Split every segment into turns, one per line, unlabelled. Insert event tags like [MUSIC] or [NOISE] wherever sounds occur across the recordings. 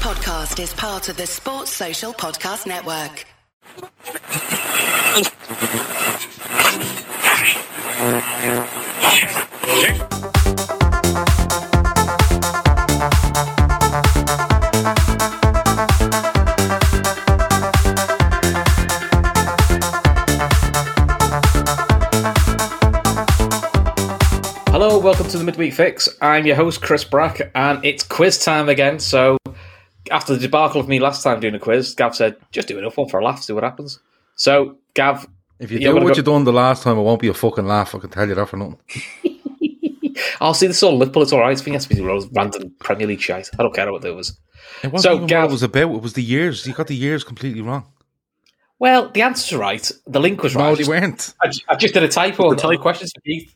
podcast is part of the Sports Social Podcast Network.
Hello, welcome to the Midweek Fix. I'm your host, Chris Brack, and it's quiz time again. So, after the debacle of me last time doing a quiz, Gav said, just do another one for a laugh, see what happens. So, Gav,
If you
Yeah,
do
I'm gonna
what
go-
you done the last time, it won't be a fucking laugh. I can tell you that for nothing.
I'll see this all Liverpool, it's all right. I think it has to be one of those random Premier League shite. I don't care what that was.
It wasn't
So,
even what
Gav-
it was about. It was the years. You got the years completely wrong.
Well, the answer's right. The link was right.
No,
I
they
just,
weren't.
I just- I just did a typo on the type questions for Keith.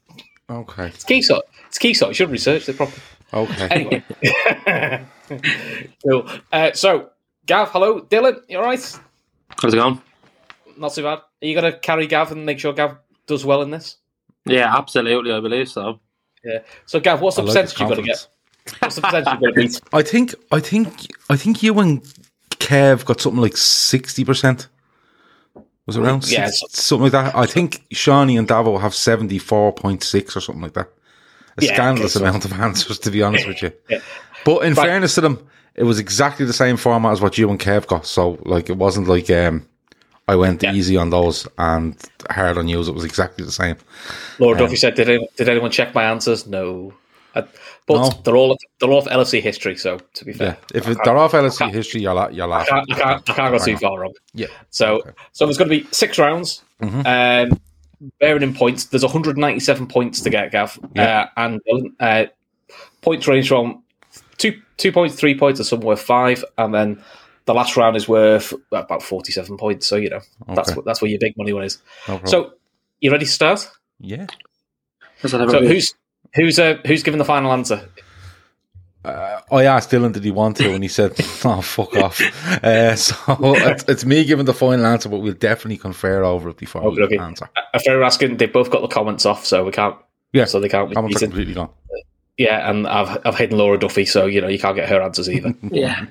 Okay.
It's Keysot. It's Keysot. You should research it properly.
Okay.
Anyway. [LAUGHS] cool. Uh, so, Gav, hello. Dylan, you all right?
How's it going?
Not too bad. Are you going to carry Gav and make sure Gav does well in this?
Yeah, absolutely. I believe so.
Yeah. So, Gav, what's
I
the
like his
percentage you're going to
confidence.
get? What's the percentage you're going [LAUGHS] to beat?
I think I think I think you and Kev got something like sixty percent. Was it around
Yeah,
six- something like that? I think Shani and Davo have seventy four point six or something like that. A
Yeah,
scandalous
okay, so-
amount of answers, to be honest
[LAUGHS]
with you. But in
But-
fairness to them, it was exactly the same format as what you and Kev got. So like it wasn't like um I went
Yeah.
easy on those and hard on yours. It was exactly the same.
Laura Duffy said, did anyone, did anyone check my answers? No. Uh, but
No.
they're all they're all LFC history, so to be
Yeah.
fair,
If it, they're off LSC history, you're la- you're
I,
laughing.
can't, I, can't, I can't go too far wrong.
Yeah.
So,
Okay. Mm-hmm.
so there's going to be six rounds. Um, bearing in points, there's 197 points to get, Gav,
Yeah.
uh, and uh, points range from two two points, three points, and some worth five, and then the last round is worth about 47 points. So you know that's
Okay.
what that's where your big money one is.
No problem.
So you ready to start?
yeah.
That's what I
So
believe.
who's who's uh, who's given the final answer?
Oh, I asked Dylan, did he want to? And he said, [LAUGHS] oh, fuck off. Uh, so it's, it's me giving the final answer, but we'll definitely confer over it before we
Okay, okay.
answer.
If they're asking, they've both got the comments off, so we can't.
Yeah.
So they can't be
Comments are
beaten.
completely gone.
Yeah, and I've I've hidden Laura Duffy, so you know you can't get her answers
[LAUGHS]
either.
yeah.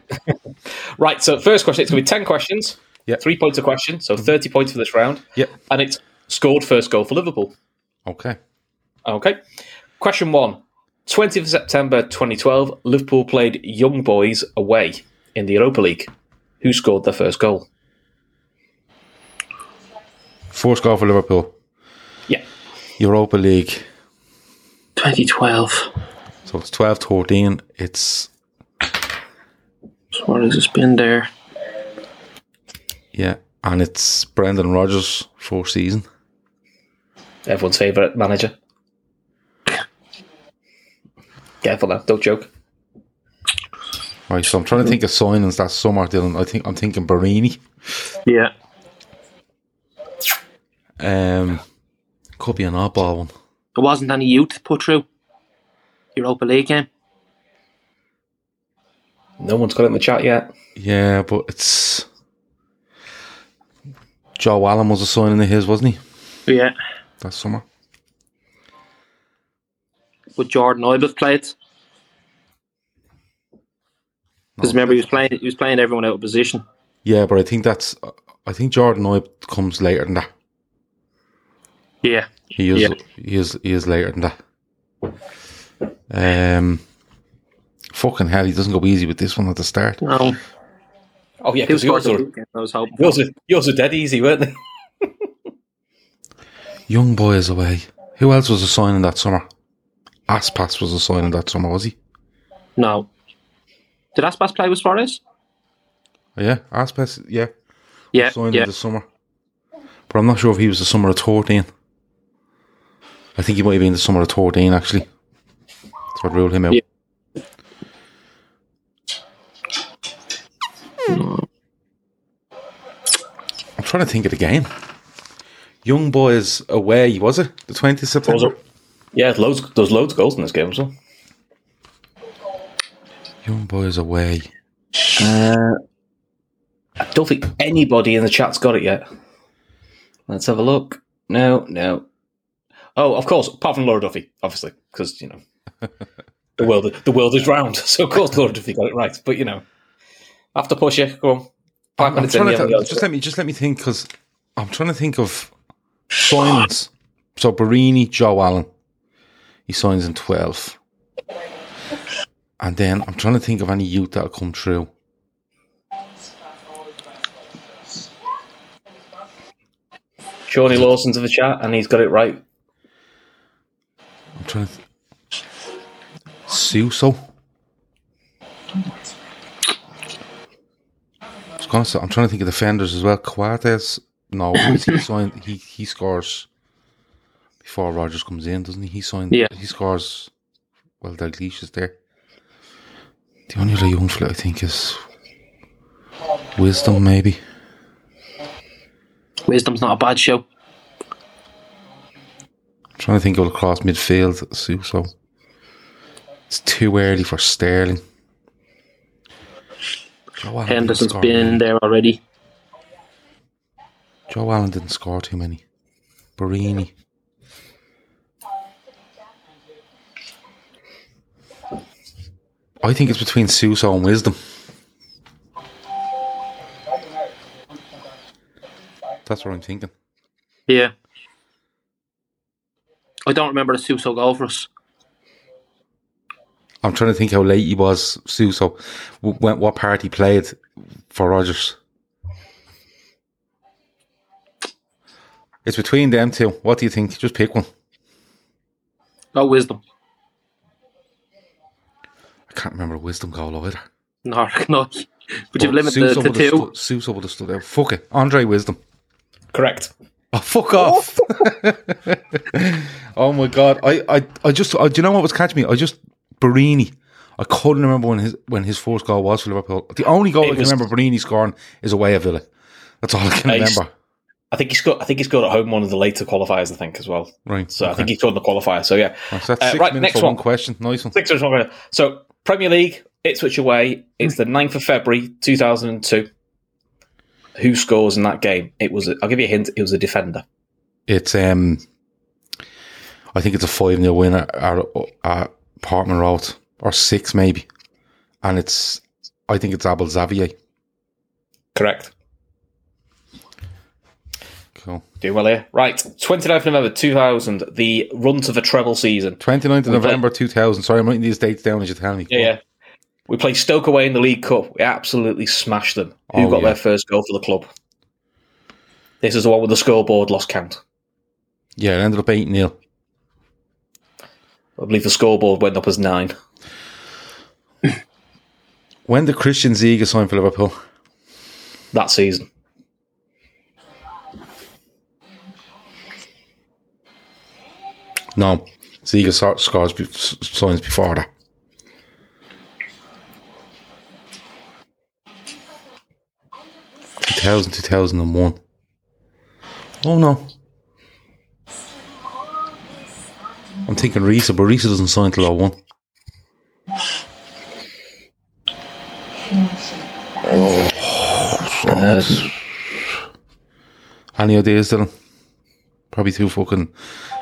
Right, so first question, it's going to be 10 questions,
Yep.
three points a question, so 30 points for this round.
Yep.
And it's scored first goal for Liverpool.
Okay.
Okay. Question one 20th of September 2012, Liverpool played Young Boys away in the Europa League. Who scored their first goal?
First goal for Liverpool.
Yeah.
Europa League.
2012.
So it's 12 13. It's,
Suarez has been there.
yeah. And it's Brendan Rodgers' first season.
Everyone's favourite manager. Careful now, don't joke.
Right. So I'm trying to think of signings that summer, Dylan. I think I'm thinking Barini.
Yeah.
Um, could be an oddball one.
There wasn't any youth put through. Europa League game.
No one's got it in the chat yet.
Yeah, but it's. Joe Allen was a signing of his, wasn't he?
Yeah.
That summer.
With Jordan Ibbett played. Because remember he was playing he was playing everyone out of position.
Yeah, but I think that's. I think Jordan Ibe comes later than that.
Yeah.
He is.
Yeah.
He is. He is later than that. Um, fucking hell, he doesn't go easy with this one at the start.
No.
Oh, yeah,
He was
because yours,
the
were-
weekend, I was hoping.
yours, were- yours were dead easy, weren't they?
Young boy is away. Who else was a signing that summer? Aspas was a signing that summer, was he?
No. Did Aspas play with Suarez?
Yeah, Aspas. Yeah,
Yeah.
signing
yeah.
the summer. But I'm not sure if he was the summer of 14. I think he might have been the summer of 14, actually. That's what ruled him out.
Yeah.
I'm trying to think of the game. Young boys away, was it? The 20th of
Was
September?
it? [LAUGHS] Yeah, loads, there's loads of goals in this game as well.
Young boys away.
Uh, I don't think anybody in the chat's got it yet. Let's have a look. No, no. Oh, of course, apart from Laura Duffy, obviously, because [LAUGHS] you know the world the world is round. So of course Laura Duffy got it right. But you know, I have to push you. Go on. Five
I'm
minutes in.
trying
you
to,
haven't got
just let me just let me think because I'm trying to think of signs. So Barini, Joe Allen, he signs in twelve, and then I'm trying to think of any youth that'll come through.
Shawnee Lawson to the chat, and he's got it right.
I'm trying to th- Suso. I was gonna say- I'm trying to think of defenders as well. Coates, no, [COUGHS] because he signed. He he scores before Rogers comes in, doesn't he? He signed.
Yeah.
He scores. Well, Dalglish is there. The only other young fella I think is Wisdom, maybe.
Wisdom's not a bad show.
I'm trying to think of across midfield. Suso. It's too early for Sterling. Joe Allen didn't
Henderson's
score
been in
many.
there already.
Joe Allen didn't score too many. Barini. I think it's between Suso and Wisdom. That's what I'm thinking.
Yeah. I don't remember the Suso goal for us.
I'm trying to think how late he was, Suso. W- When, what part he played for Rogers. It's between them two. What do you think? Just pick one.
No wisdom.
I can't remember a wisdom goal either.
No, [LAUGHS] no. But
But
you've limited the to
would've
two.
stu- Suso would have stood out. Fuck it. Andre Wisdom.
Correct.
Oh, fuck off. [LAUGHS] oh my god. I, I, I just I, do you know what was catching me? I just Barini. I couldn't remember when his when his first goal was for Liverpool. The only goal I can
was-
remember Barini scoring is away at Villa. That's all I can
Nice.
remember.
I think he scored. I think he scored at home one of the later qualifiers. I think as well.
Right.
So I
okay.
think he scored in the qualifier. So yeah.
So that's
Uh,
six
right,
minutes
next
for one.
one.
question. Nice one.
Six minutes longer. So Premier League, Ipswich away. It's the 9th of February, two thousand and two. Who scores in that game? It was. A, I'll give you a hint. It was a defender.
It's um, I think it's a five 0 win at, at, at Portman Road or six maybe, and it's I think it's Abel Xavier.
Correct.
Cool.
Doing well here. Right. 29th November 2000, the run to the treble season.
29th of November two thousand. Sorry, I'm writing these dates down as you tell me.
Yeah, yeah. We played Stoke away in the League Cup. We absolutely smashed them. Who
Oh,
got
yeah.
their first goal for the club? This is the one with the scoreboard lost count.
Yeah, it ended up eight 0
I believe the scoreboard went up as nine.
When did Christian Ziga sign for Liverpool?
that season.
No, Ziga sor- scores be- s- signs before that. Two thousand, two thousand and one. Oh no. I'm thinking Risa, but Risa doesn't sign till 01. Any ideas, Dylan? Probably two fucking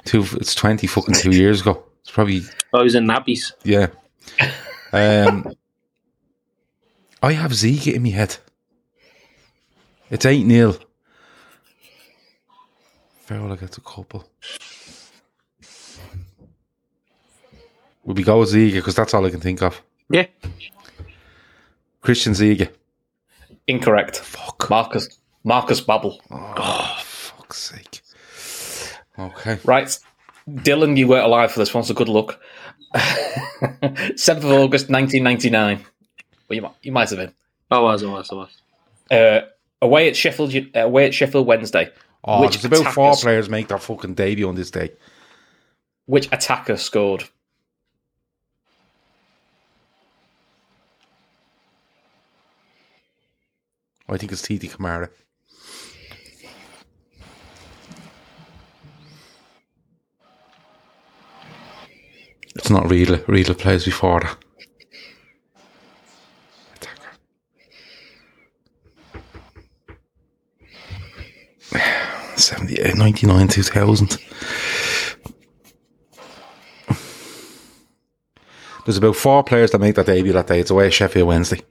two. It's twenty fucking two years ago. It's probably
I was in nappies.
yeah. Um, I have Zeke in my head. It's 8 0. Farrell gets a couple. Would we go with Ziga? Because that's all I can think of.
Yeah.
Christian Ziga.
Incorrect.
Fuck.
Marcus Marcus Babbel.
Fuck's sake. Okay.
Right. Dylan, you weren't alive for this one, so good luck. [LAUGHS] 7th of August 1999. Well, you might, you might have been.
Oh, I was, I was, I was.
Uh, away at Sheffield, U- uh, away at Sheffield Wednesday.
Oh,
Which
there's about four
attackers-
players make their fucking debut on this day.
Which attacker scored?
I think it's TD Kamara. It's not Riedler. Riedler plays before that. Attacker. Seventy-eight, ninety-nine, two thousand. There's about four players that make that debut that day. It's away at Sheffield Wednesday.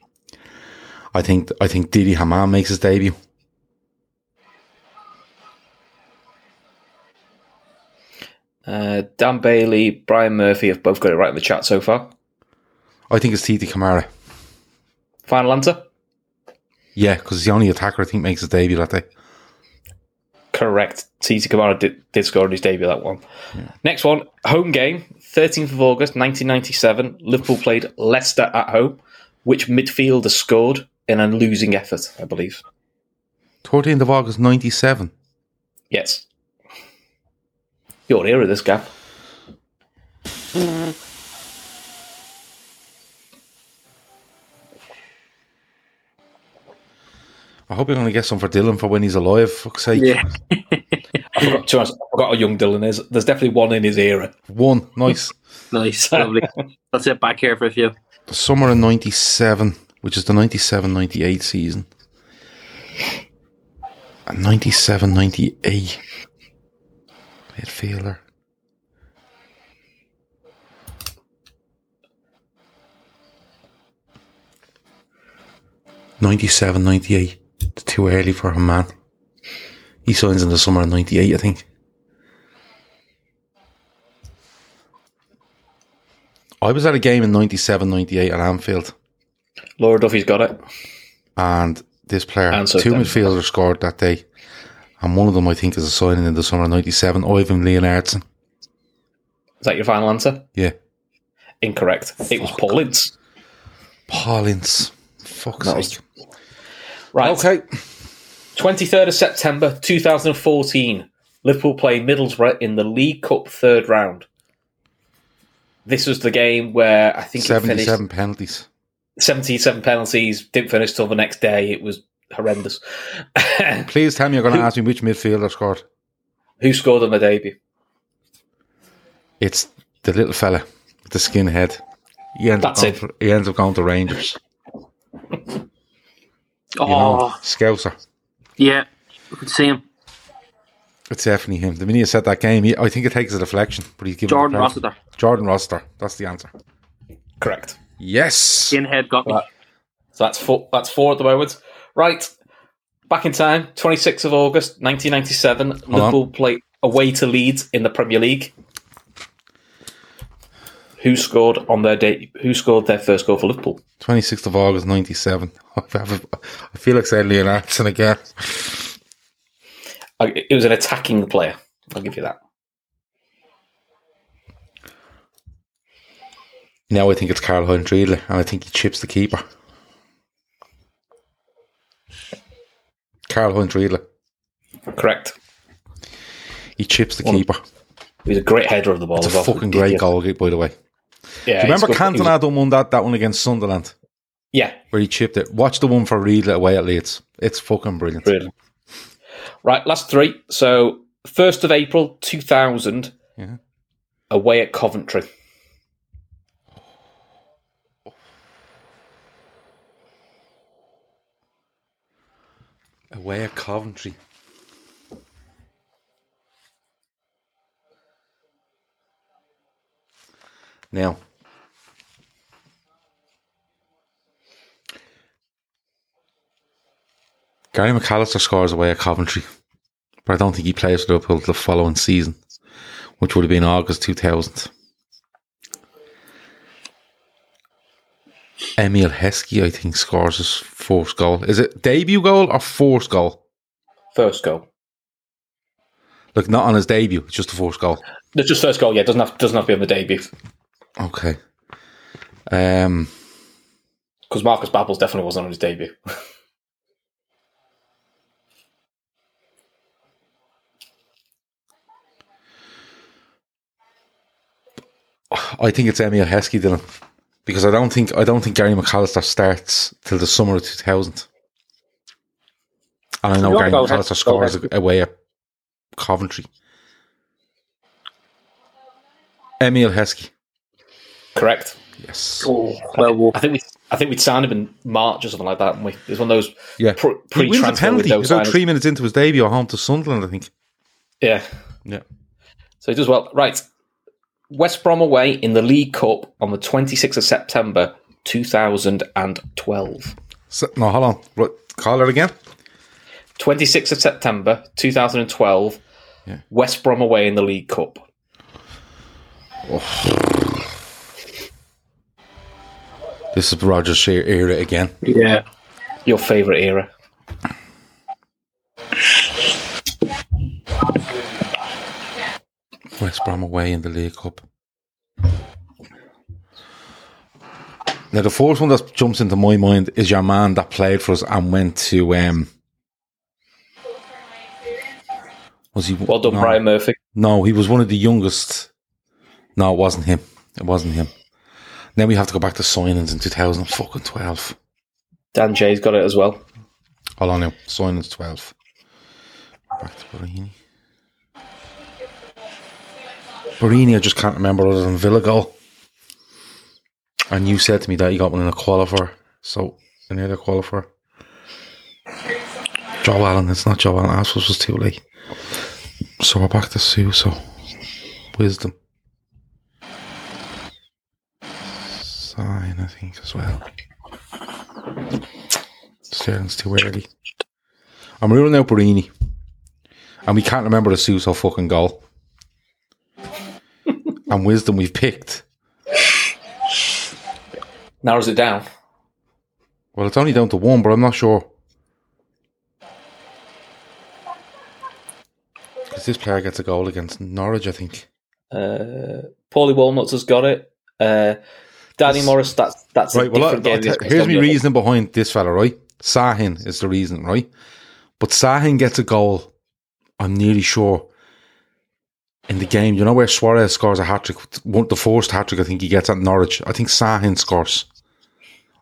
I think I think Didi Haman makes his debut.
Uh, Dan Bailey, Brian Murphy have both got it right in the chat so far.
I think it's Titi Kamara.
Final answer?
Yeah, because he's the only attacker I think makes his debut that day.
Correct. Titi Kamara did, did score on his debut, that one. Next one, home game, 13th of August 1997. Liverpool played Leicester at home. Which midfielder scored in a losing effort, I believe?
13th of August, 97.
Yes. You're here with this,
[CLEARS THROAT]
Gap.
I hope you're going to get some for Dylan for when he's alive. Fuck's sake.
Yeah.
I forgot, to be honest, I forgot how young Dylan is. There's definitely one in his era.
One. Nice. [LAUGHS]
Nice. Lovely. That's it. Back here for a few.
the summer of 97, which is the 97 98 season. And 97 98. Midfielder. Ninety-seven, ninety-eight. It's too early for him, man. He signs in the summer of ninety-eight, I think. I was at a game in 97, 98 at Anfield,
Laura Duffy's got it.
and this player,
And so
two
then-
midfielders scored that day, and one of them I think is a signing in the summer of '97. Ivan Leonardson.
Is that your final answer?
Yeah,
Incorrect. It was Paul Ince.
Paulins. Fuck's
That was-
sake.
Right.
Okay,
23rd of September 2014, Liverpool play Middlesbrough in the League Cup third round. This was the game where I think it finished
seventy-seven penalties.
77 penalties, didn't finish till the next day. It was horrendous. [LAUGHS]
Please tell me you're going to ask me which midfielder scored.
Who scored on the debut?
It's the little fella, with the skinhead. He ends
That's
up going
it.
to- he ends up going to Rangers.
Oh,
You know,
Ah.
Scouser.
yeah. We could see him.
It's definitely him. The minute you said that game, he, I think it takes a deflection, but he's given the
Jordan
credit.
Rossiter.
Jordan Rossiter. That's the answer.
Correct.
Yes.
Skinhead got me.
Right. So that's four, that's four at the moment. Right. Back in time, 26th of August 1997, Liverpool play away to Leeds in the Premier League. Who scored on their date? Who scored their first goal for Liverpool?
26th of August, [LAUGHS] 97. I feel like saying Leonardson again.
Uh, It was an attacking player. I'll give you that.
Now I think it's Carl Hundredler, and I think he chips the keeper. Carl Hundredler.
Correct.
He chips the keeper.
He was a great header of the ball.
It's
as
a
well.
fucking great goal, by the way.
Yeah,
Do you
he
remember
scored- he was-
Cantona done one that, that one against Sunderland,
Yeah,
where he chipped it? Watch the one for Riedler away at Leeds. It's fucking brilliant.
Really. Right, last three. So, 1st of April 2000,
Yeah.
away at Coventry.
Away at Coventry. Now, Gary McAllister scores away at Coventry, but I don't think he plays for Liverpool the following season, which would have been August 2000. Emil Heskey, I think, scores his fourth goal. Is it debut goal or fourth goal?
First goal.
Look, not on his debut, it's just the fourth goal.
No, just first goal, yeah. Doesn't have, doesn't have to be on the debut.
Okay. Um,
Because Marcus Babbels definitely wasn't on his debut.
I think it's Emil Heskey, Dylan, because I don't think I don't think Gary McAllister starts till the summer of two thousand. And I know
You
Gary
wanna go Hes-
McAllister
go
scores
Heskey.
away at Coventry. Emil Heskey,
Correct.
yes,
Oh, well, well,
I think we I think we'd signed him in March or something like that. Didn't we? It was one of those
yeah.
pre-
he wins the
pre-transfer
penalty
window
about
signings.
three minutes into his debut at home to Sunderland, I think.
Yeah.
Yeah.
So he does well. Right. West Brom away in the League Cup on the 26th of September 2012.
se- no, hold on. Right, call it again.
26th of September 2012,
Yeah.
West Brom away in the League Cup.
This is Roger Shearer era again.
Yeah.
Your favourite era.
West Brom away in the League Cup. Now the first one that jumps into my mind is your man that played for us and went to um was he
Well done,
no,
Brian Murphy.
No, he was one of the youngest. No, it wasn't him. It wasn't him. Then we have to go back to signings in 2012.
Dan Jay's got it as well.
Hold on now. Signings 12. Back to Barini. Barini, I just can't remember other than Villa goal. And you said to me that you got one in a qualifier. So, any other qualifier? Joe Allen. It's not Joe Allen. Assels was too late. So we're back to Suso. Wisdom. Sign, I think, as well. Sterling's too early. I'm ruling out Barini. And we can't remember the Suso fucking goal. and Wisdom we've picked.
Narrows it down.
Well, it's only down to one, but I'm not sure. Because this player gets a goal against Norwich, I think.
Uh, Paulie Walnuts has got it. Uh, Danny Morris, that's that's
Right,
a
well, I,
different
I-
game.
here's my reasoning behind this fella, right? Sahin is the reason, right? But Sahin gets a goal, I'm nearly sure, in the game. You know where Suarez scores a hat trick? The first hat trick I think he gets at Norwich. I think Sahin scores.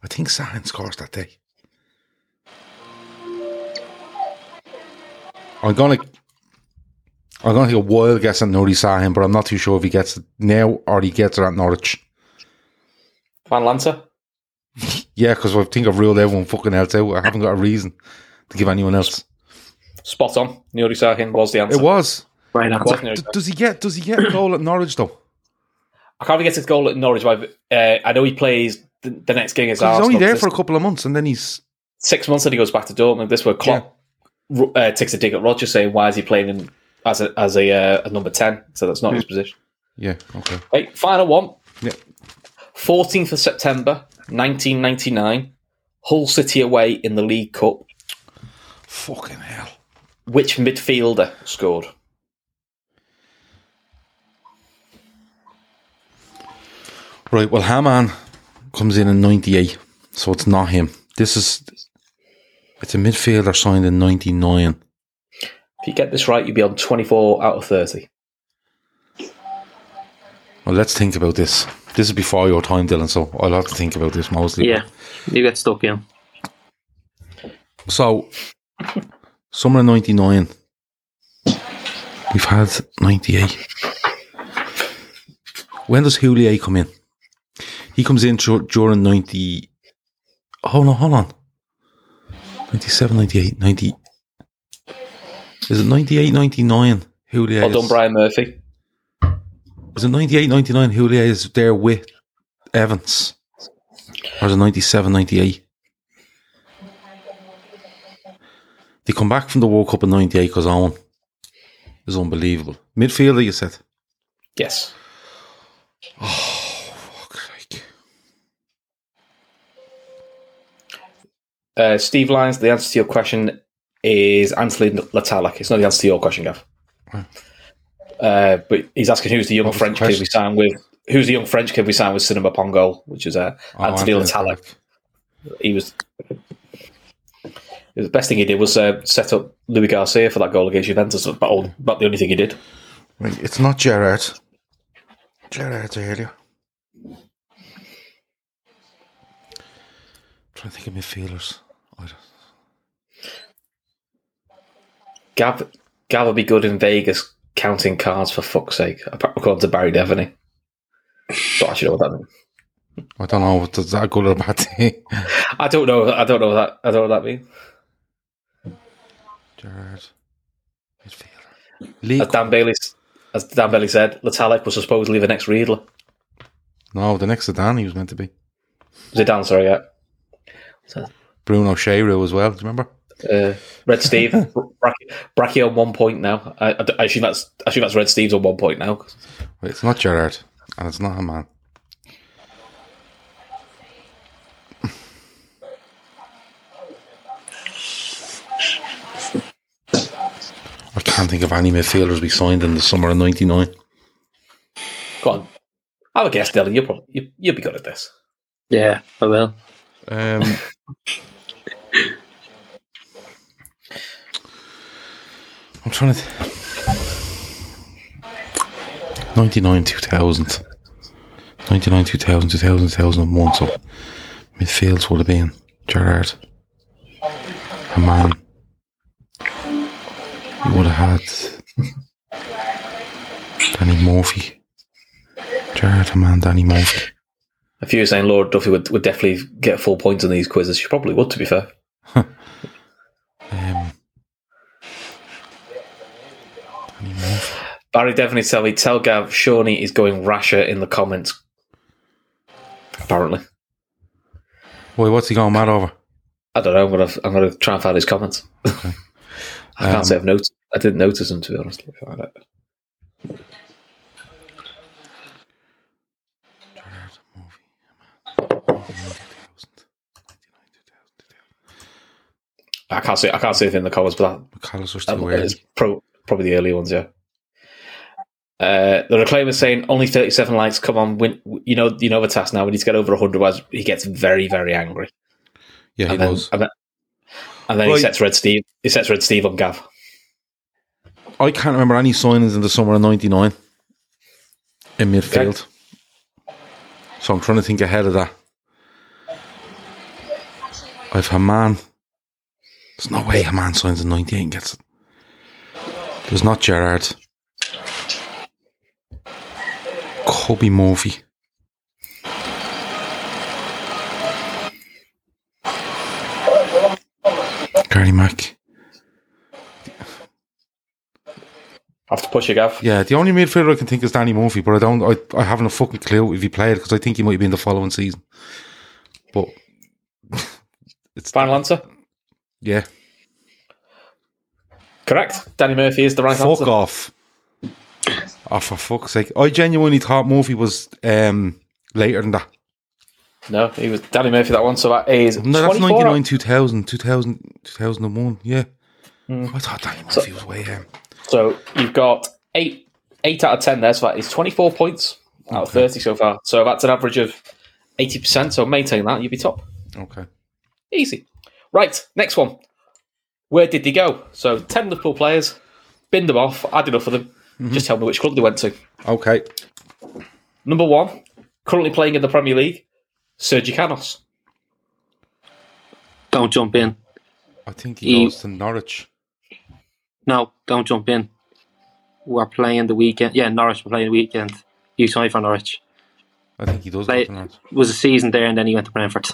I think Sahin scores that day. I'm gonna I'm gonna take a wild guess at Nuri Sahin, but I'm not too sure if he gets it now or he gets it at Norwich.
Van Lanter.
Yeah, because I think I've ruled everyone fucking else out. I haven't got a reason to give anyone else.
Spot on. Nuri Sahin was the answer.
It was.
Right answer.
Wasn't
D-
it?
does he get? Does he get a goal at Norwich though?
I can't forget his goal at Norwich. But uh, I know he plays the, the next game against
Because he's
Arsenal.
only there
This-
for a couple of months, and then he's
six months and he goes back to Dortmund. This where Klopp ru- uh, takes a dig at Rodgers, saying, "Why is he playing him as a as a, uh, a number ten? So that's not his position."
yeah okay.
Right, final one.
Yeah.
Fourteenth of September, nineteen ninety nine. Hull City away in the League Cup.
Fucking hell.
Which midfielder scored?
Right. Well, Haman comes in in '98, so it's not him. This is it's a midfielder signed in '99.
If you get this right, you'd be on twenty four out of thirty.
Well, let's think about this. This is before your time, Dylan. So I'll have to think about this mostly.
Yeah. You get stuck in.
So, summer of 99. We've had 98. When does Houllier come in? He comes in dur- during 90. Hold on, hold on. 97, 98, 90. Is it 98, 99? Houllier.
Well done,
is-
Brian Murphy.
Was it 98, 99? Houllier is there with Evans. Or is it 97, 98? They come back from the World Cup in 98 because Owen is unbelievable. Midfielder, you said.
Yes.
Fuck's sake.
Uh, Steve Lyons, the answer to your question is Anthony Latalik. It's not the answer to your question, Gav. Uh, but he's asking who's the young
was the
French kid
question?
we signed with? Who's the young French kid we signed with Cinema Pongol, which is uh,
Oh,
Anthony Latalik. He was the best thing he did was uh, set up Louis Garcia for that goal against Juventus. That's about, all, about the only thing he did.
Right, it's not Gerard. Gerard's earlier. trying to think of midfielders. I don't-
Gav, Gav will be good in Vegas counting cards for fuck's sake, according to Barry Devaney. But I should know what that means.
I don't know. Does that go to a bad [LAUGHS] thing?
I don't know. I don't know what that. I don't know what that means.
Gerard. Midfielder. League
As Dan Bailey, as Dan Bailey said, Latalik was supposedly the next Riedler.
No, the next Zidane he was meant to be.
Zidane, sorry, yeah. So,
Bruno Shearer as well. Do you remember?
Uh, Red Steve, Bracky, Bracky on one point now. I, I, I assume that's I assume that's Red Steve's on one point now.
Wait, it's not Gerard, and it's not a man. I can't think of any midfielders we signed in the summer of '99.
Go on, have a guess, Dylan. You'll probably you, you'll be good at this.
Yeah, I will.
Um, I'm trying to. Th- 99, 2000. 99, 2000, 2000, 2001. So midfields would have been Gerard, a man. You would have had [LAUGHS] Danny Murphy. Gerard, a man, Danny Murphy.
If you were saying Lord Duffy would, would definitely get full points on these quizzes, she probably would. To be fair,
Um, Danny Murphy.
Barry definitely tell me tell Gav Shawnee is going rasher in the comments. Apparently,
Wait, what's he going mad over?
I don't know. I'm gonna I'm gonna try and find his comments. [LAUGHS] I
Um,
can't say I've noticed. I didn't notice them to be honest. Let me find out.
Gerard, Murphy,
I can't see I can't see anything in the comments, but that,
McCallus are still
Um,
wearing
It's pro- probably the early ones, yeah. Uh, the reclaimer saying only 37 likes. Come on, win. you know you know the task now. We need to get over 100. Otherwise, he gets very very angry.
Yeah, he
and, then,
was.
and then and then
Right.
he sets Red Steve. He sets Red Steve on Gav.
I can't remember any signings in the summer of '99 in midfield. So I'm trying to think ahead of that. I've had man. There's no way a man signs in '98 and gets it. There's not Gerard. Kobe Murphy. Gary Mack.
I have to push you, Gav.
Yeah, the only midfielder I can think is Danny Murphy, but I don't. I, I haven't a fucking clue if he played because I think he might have been the following season. But
Final answer.
yeah,
Correct. Danny Murphy is the right
fuck
answer.
off. Oh, for fuck's sake! I genuinely thought Murphy was um, later than that.
No, he was Danny Murphy that one. So that is
No, that's
24.
99, 2000, 2000, 2001. Yeah,
Mm.
I thought Danny Murphy was way. Um,
So you've got eight eight out of ten there. So that is twenty four points out of thirty so far. So that's an average of eighty percent. So maintain that, you'll be top.
okay,
Easy. Right, next one. Where did they go? So ten Liverpool players, bin them off, add enough of them.
Mm-hmm.
Just tell me which club they went to.
okay.
Number one, currently playing in the Premier League, Sergi Canos.
Don't jump in.
I think he
He-
goes to Norwich.
No, don't jump in. We're playing the weekend. Yeah, Norwich. We're playing the weekend. You signed for Norwich.
I think he does
Play,
go to Norwich.
was a season there, and then he went to Brentford.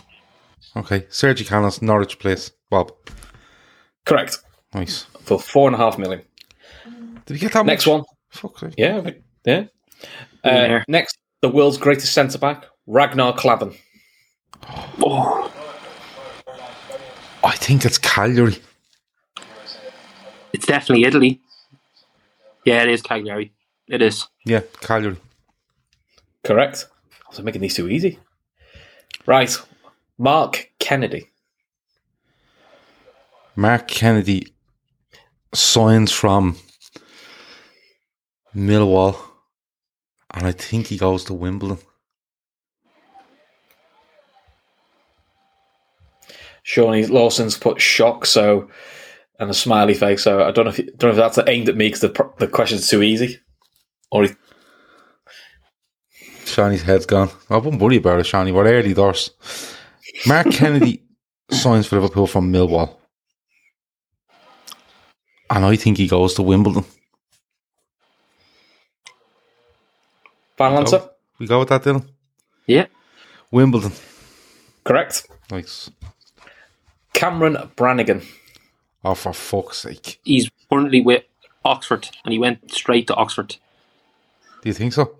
Okay, Sergi Canos, Norwich place. Bob,
Correct.
nice.
For four and a half million.
Did we get that
Next
much?
one.
Fuck's sake.
Yeah, but- yeah. Uh,
Yeah.
next, the world's greatest centre back, Ragnar Klavan.
Oh,
I think it's Cagliari.
it's definitely Italy. Yeah, it is Cagliari. It is.
Yeah, Cagliari.
Correct. I was making these too easy. Right. Mark Kennedy.
Mark Kennedy signs from Millwall, and I think he goes to Wimbledon.
Shawnee Lawson's put shock, so and a smiley face. So I don't know if don't know if that's aimed at me because the pro- the question's too easy, or he,
Shawnee's head's gone. I wouldn't worry about it, Shawnee. We're early doors. Mark Kennedy signs for Liverpool from Millwall, and I think he goes to Wimbledon.
final answer.
Oh, we go with that, Dylan.
Yeah.
Wimbledon.
Correct.
Nice.
Cameron Brannigan.
Oh, for fuck's sake!
He's currently with Oxford, and he went straight to Oxford.
Do you think so?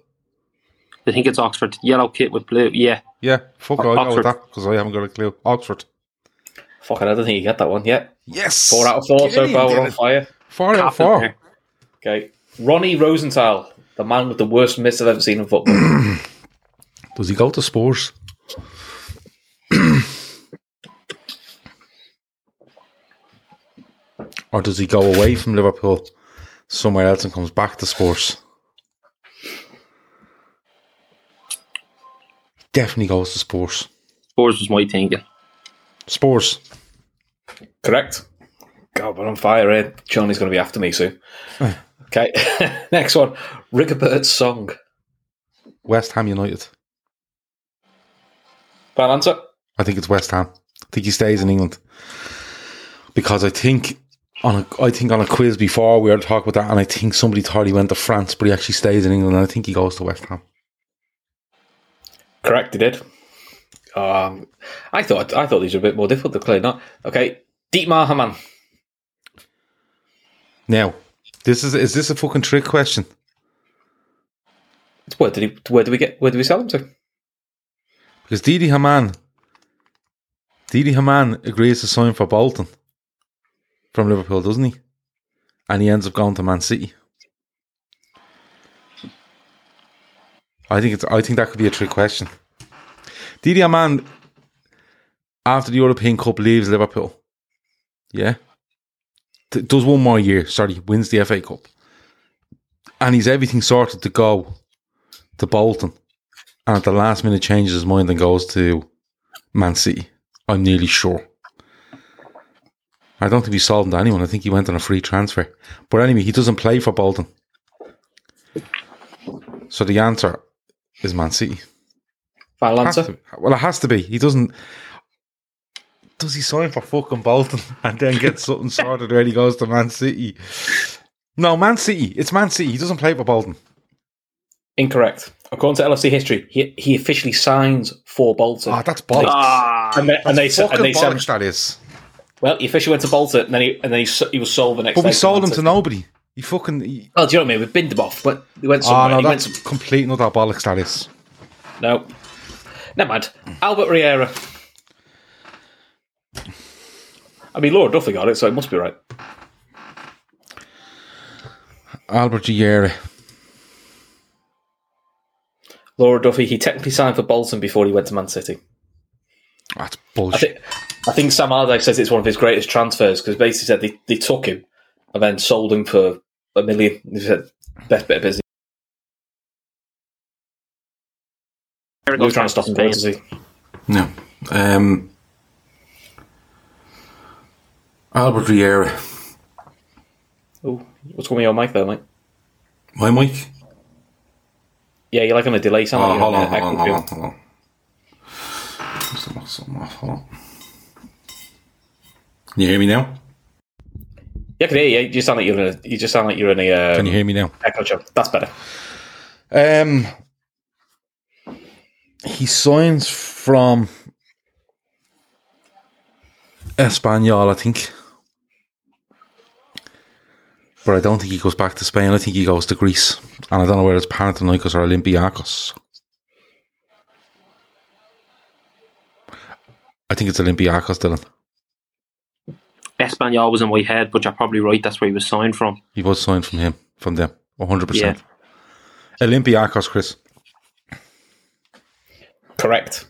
I think it's Oxford. Yellow kit with blue. Yeah.
Yeah, fuck, I go with
Oxford.
that because I haven't got a clue. Oxford.
Fucking, I don't think you get that one yet.
Yes.
Four out of four so
Gillian
far. We're
did
on
it.
fire.
Four out of four.
Okay. Ronnie Rosenthal, the man with the worst miss I've ever seen in football.
Does he go to Spurs? or does he go away from Liverpool somewhere else and comes back to Spurs? Definitely goes to Spurs.
Spurs was my thinking.
Spurs.
Correct. God, we're on fire here. Johnny's going to be after me
[LAUGHS]
soon. okay. [LAUGHS] Next one. Rigobert Song.
West Ham United.
Final answer.
I think it's West Ham. I think he stays in England because I think on a, I think on a quiz before we were talking about that, and I think somebody thought he went to France, but he actually stays in England, and I think he goes to West Ham.
Correct, he did. Um, I thought I thought these were a bit more difficult. They're clearly not. Okay. Dietmar Hamann.
Now, this is is this a fucking trick question?
Where did he? Where do we get? Where do we sell him to?
Because Didi Haman, Didi Haman agrees to sign for Bolton from Liverpool, doesn't he? And he ends up going to Man City. I think it's. I think that could be a trick question. Didi Haman, after the European Cup, leaves Liverpool. Yeah, Th- does one more year. Sorry, wins the FA Cup, and he's everything sorted to go to Bolton and at the last minute changes his mind and goes to Man City. I'm nearly sure. I don't think he sold him to anyone. I think he went on a free transfer. But anyway, he doesn't play for Bolton. So the answer is Man City.
Final
Has
answer.
to be. Well, it has to be. He doesn't. Does he sign for fucking Bolton [LAUGHS] and then get something sorted when he goes to Man City? No, Man City. It's Man City. He doesn't play for Bolton.
Incorrect. According to LFC history, he, he officially signs for Bolton.
Oh, that's bollocks.
Ah,
and they, and they,
fucking
and they
bollocks,
sent,
that is.
well, he officially went to Bolton, and then he and then he, s- he was sold the next.
But
day
we sold him
Manchester.
to nobody. He fucking. He,
Well, do you know what I mean? We binned him off. Went, he went
oh,
somewhere.
no,
he went
that's
to,
complete and utter bollocks, that is.
no, never mind. Albert Riera. I mean, Laura Duffy got it, so it must be right.
Albert Giere.
Laura Duffy. He technically signed for Bolton before he went to Man City.
That's
I
bullshit.
think, I think Sam Allardyce says it's one of his greatest transfers because basically said they, they took him and then sold him for a million. He said best bit of business. We were trying to stop him going to see.
No. Um, Albert Riera.
Oh, what's going on with your mic there, mate?
My mic?
Yeah, you're like on a delay sound.
Oh,
like
hold
you're
on,
an
hold on,
echo
hold
field.
on, hold on. Must have knocked something off, hold on. Can you hear me now?
Yeah, I can hear you. You just sound like you're in a. You just sound like you're in a. Uh,
Can you hear me now?
Echo chamber. That's better.
Um, he signs from Espanyol, I think. But I don't think he goes back to Spain. I think he goes to Greece. And I don't know whether it's Panathinaikos or Olympiacos. I think it's Olympiacos, Dylan.
Espanyol was in my head, but you're probably right. That's where he was signed from.
He was signed from him, from them, 100%.
Yeah.
Olympiacos, Chris.
Correct.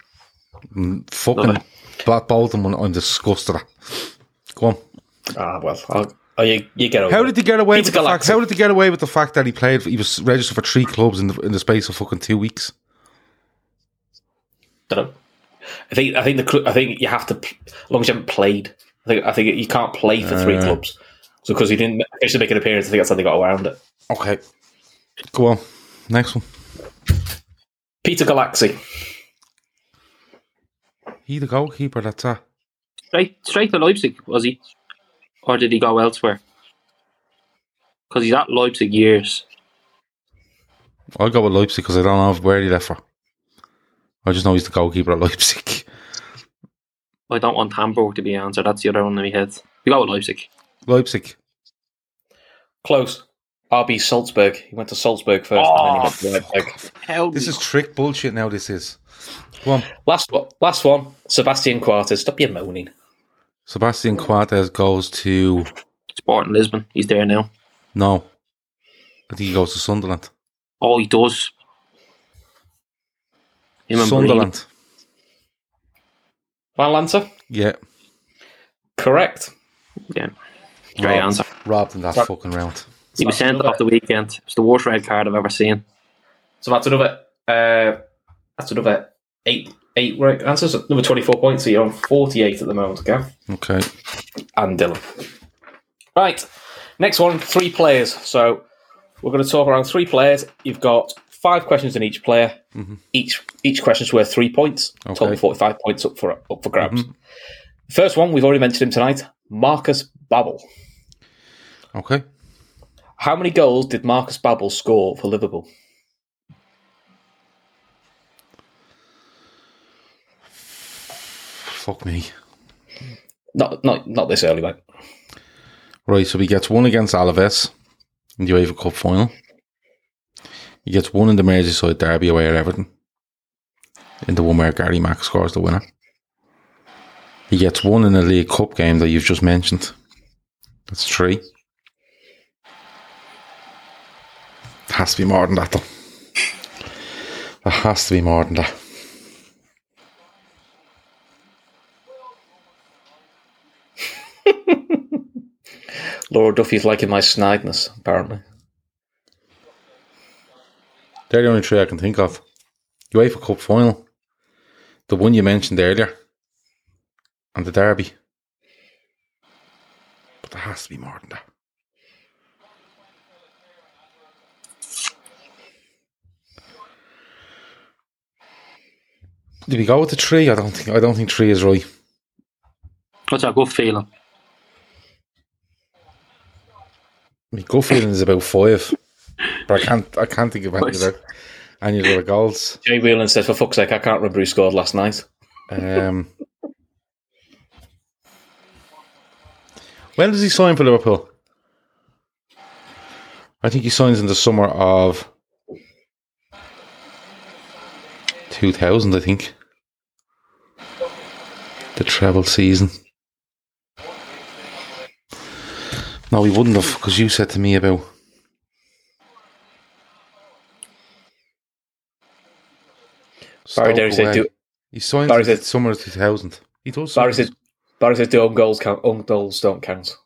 Fucking Black Bolton one. I'm disgusted at. Go on.
Ah well. I'll, oh, you you get over.
How
it.
did he get away
Peter
with the fact?
Galactic.
How did he get away with the fact that he played? He was registered for three clubs in the, in the space of fucking two weeks.
Dunno. I think I think the cl- I think you have to p- as long as you haven't played. I think I think you can't play for
Uh.
three clubs. So because he didn't actually make an appearance, I think that's how they got around it.
Okay. Go on. Next one.
Peter Galaxy.
He the goalkeeper. That's that.
Straight, straight to Leipzig was he, or did he go elsewhere? Because he's at Leipzig years.
I'll go with Leipzig because I don't know where he left for. I just know he's the goalkeeper at Leipzig. [LAUGHS]
I don't want Hamburg to be answered. That's the other one in my head. We go with Leipzig.
Leipzig.
Close. RB Salzburg. He went to Salzburg first. and then he went to
Oh,
Leipzig.
Hell,
This is trick bullshit. Now this is. Go on.
Last one. Last one. Sebastian Quartes. Stop your moaning.
Sebastian Coates goes to
Sporting Lisbon. He's there now.
no. I think he goes to Sunderland.
Oh, he does. Him and Sunderland.
Sunderland.
Final answer?
Yeah.
Correct.
Yeah. Great
Robbed-
answer.
Robbed in that
Sorry.
fucking round.
He was sent off the weekend. It's the worst red card I've ever seen.
So that's another uh, that's another eight eight right answers. Number twenty four points. So you're on forty eight at the moment, Gav
Okay.
and Dylan. Right, next one, three players. So we're going to talk around three players. You've got five questions in each player. Each each question's worth three points. Total
Okay.
forty five points up for up for grabs. First one, we've already mentioned him tonight, Marcus Babbel.
Okay.
How many goals did Marcus Babbel score for Liverpool?
Fuck me.
Not not not this early, mate.
Right, so he gets one against Alaves in the UEFA Cup final. He gets one in the Merseyside derby away at Everton. In the one where Gary Mack scores the winner. He gets one in the League Cup game that you've just mentioned. That's three. Has to be more than that though. There has to be more than that.
Laura Duffy's liking my snideness, apparently.
They're the only three I can think of. UEFA Cup final, the one you mentioned earlier, and the derby. But there has to be more than that. Did we go with the three? I don't think. I don't think three is right.
What's our good feeling?
My gut feeling is about five, but I can't. I can't think of any other any other goals.
Jay Whelan says, for fuck's sake, I can't remember who scored last night.
Um, when does he sign for Liverpool? I think he signs in the summer of 2000, I think. The treble season. No, he wouldn't have, because you said to me about.
Barry Derry
Stoke
said,
away.
do,
He signed
Barry
Barry
said-
summer of 2000. He does.
Barry said, Barry said, do own goals count, own goals don't count.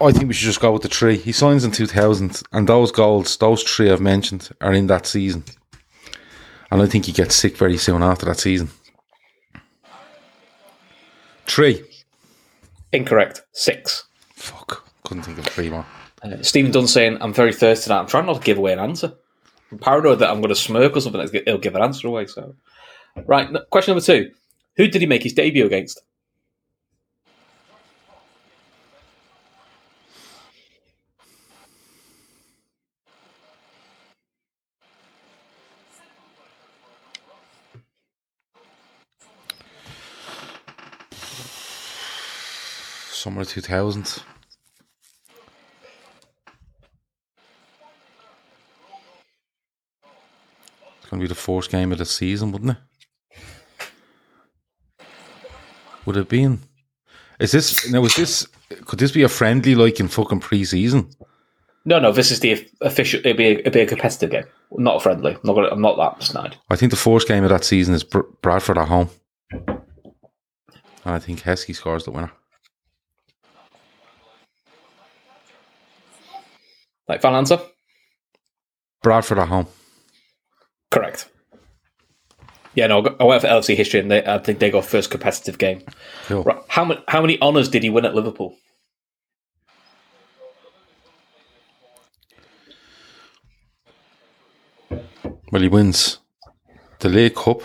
I think we should just go with the three. He signs in 2000, and those goals, those three I've mentioned, are in that season. And I think he gets sick very soon after that season. Three.
Incorrect. Six.
Fuck. Couldn't think of three more.
Uh, Stephen Dunn saying, I'm very thirsty tonight. I'm trying not to give away an answer. I'm paranoid that I'm going to smirk or something that he'll give an answer away. So, Right, n- question number two. Who did he make his debut against?
Summer of 2000. It's going to be the fourth game of the season, wouldn't it? Would it have been? Is this now? Is this? Could this be a friendly like in fucking pre-season?
No, no, this is the official. It'd be a, it'd be a competitive game. Not friendly. I'm not, gonna, I'm not that snide.
I think the fourth game of that season is Br- Bradford at home, and I think Heskey scores the winner.
Like, final answer?
Bradford at home.
Correct. Yeah, no, I got- I went for LFC history and they, I think they got first competitive game.
Cool.
Right, How many how many honours did he win at Liverpool?
Well, he wins the League Cup.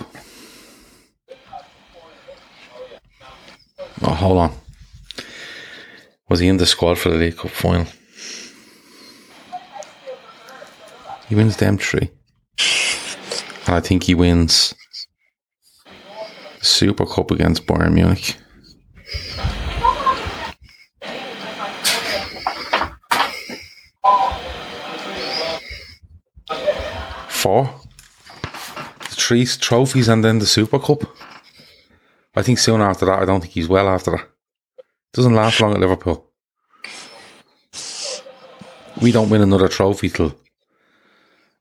Oh, hold on. Was he in the squad for the League Cup final? He wins them three. And I think he wins the Super Cup against Bayern Munich. Four. The three trophies and then the Super Cup. I think soon after that, I don't think he's well after that. Doesn't last long at Liverpool. We don't win another trophy till.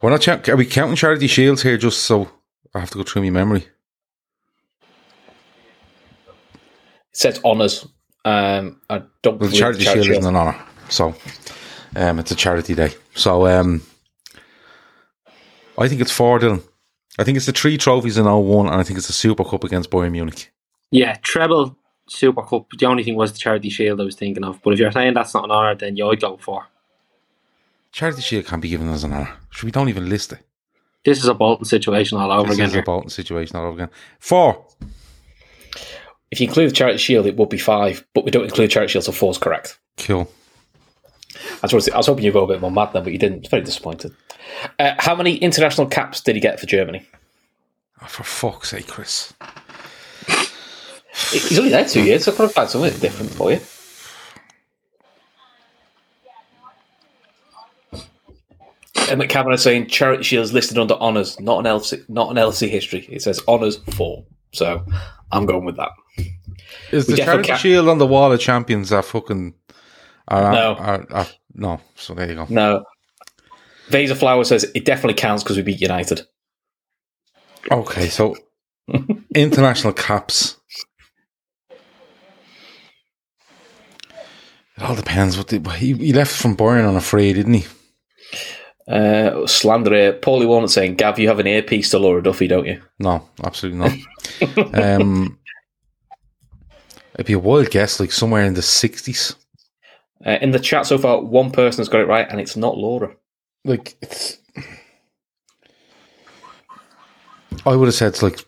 We're not. Cha- are we counting charity shields here? Just so I have to go through my memory.
says honours. Um, I don't
Well,
believe
the charity,
the charity
shield
shield.
isn't an honour, so um, it's a charity day. So um, I think it's four, Dylan. I think it's the three trophies in 01 and I think it's the Super Cup against Bayern Munich.
Yeah, treble Super Cup. The only thing was the Charity Shield I was thinking of. But if you're saying that's not an honour, then yeah, I'd go for.
Charity shield can't be given as an honour. Should we don't even list it?
This is a Bolton situation all over
This
again.
is a
here.
Bolton situation all over again. Four.
If you include the charity shield, it would be five, but we don't include charity shield, so four's correct.
Cool.
I was, I was hoping you'd go a bit more mad then, but you didn't. Very disappointed. Uh, how many international caps did he get for Germany?
Oh, for fuck's sake, Chris.
He- He's only there two years, so I could have found something different for you. And McCavan is saying charity shields listed under honours, not an LC, not an LC history. It says honours four, so I'm going with that.
Is the
definitely
charity
can't-
shield on the wall of champions are fucking. Are,
No.
Are, are, no. So there you go.
No, Vase of Flower says it definitely counts because we beat United.
Okay, so [LAUGHS] international caps. It all depends. What the, he, he left from Bayern on a free, didn't he?
Uh, slander here. Paulie Walnut saying, Gav, you have an earpiece to Laura Duffy, don't you?
No, absolutely not. um, it'd be a wild guess, like somewhere in the sixties.
Uh, in the chat so far, one person has got it right, and it's not Laura.
Like it's, I would have said it's like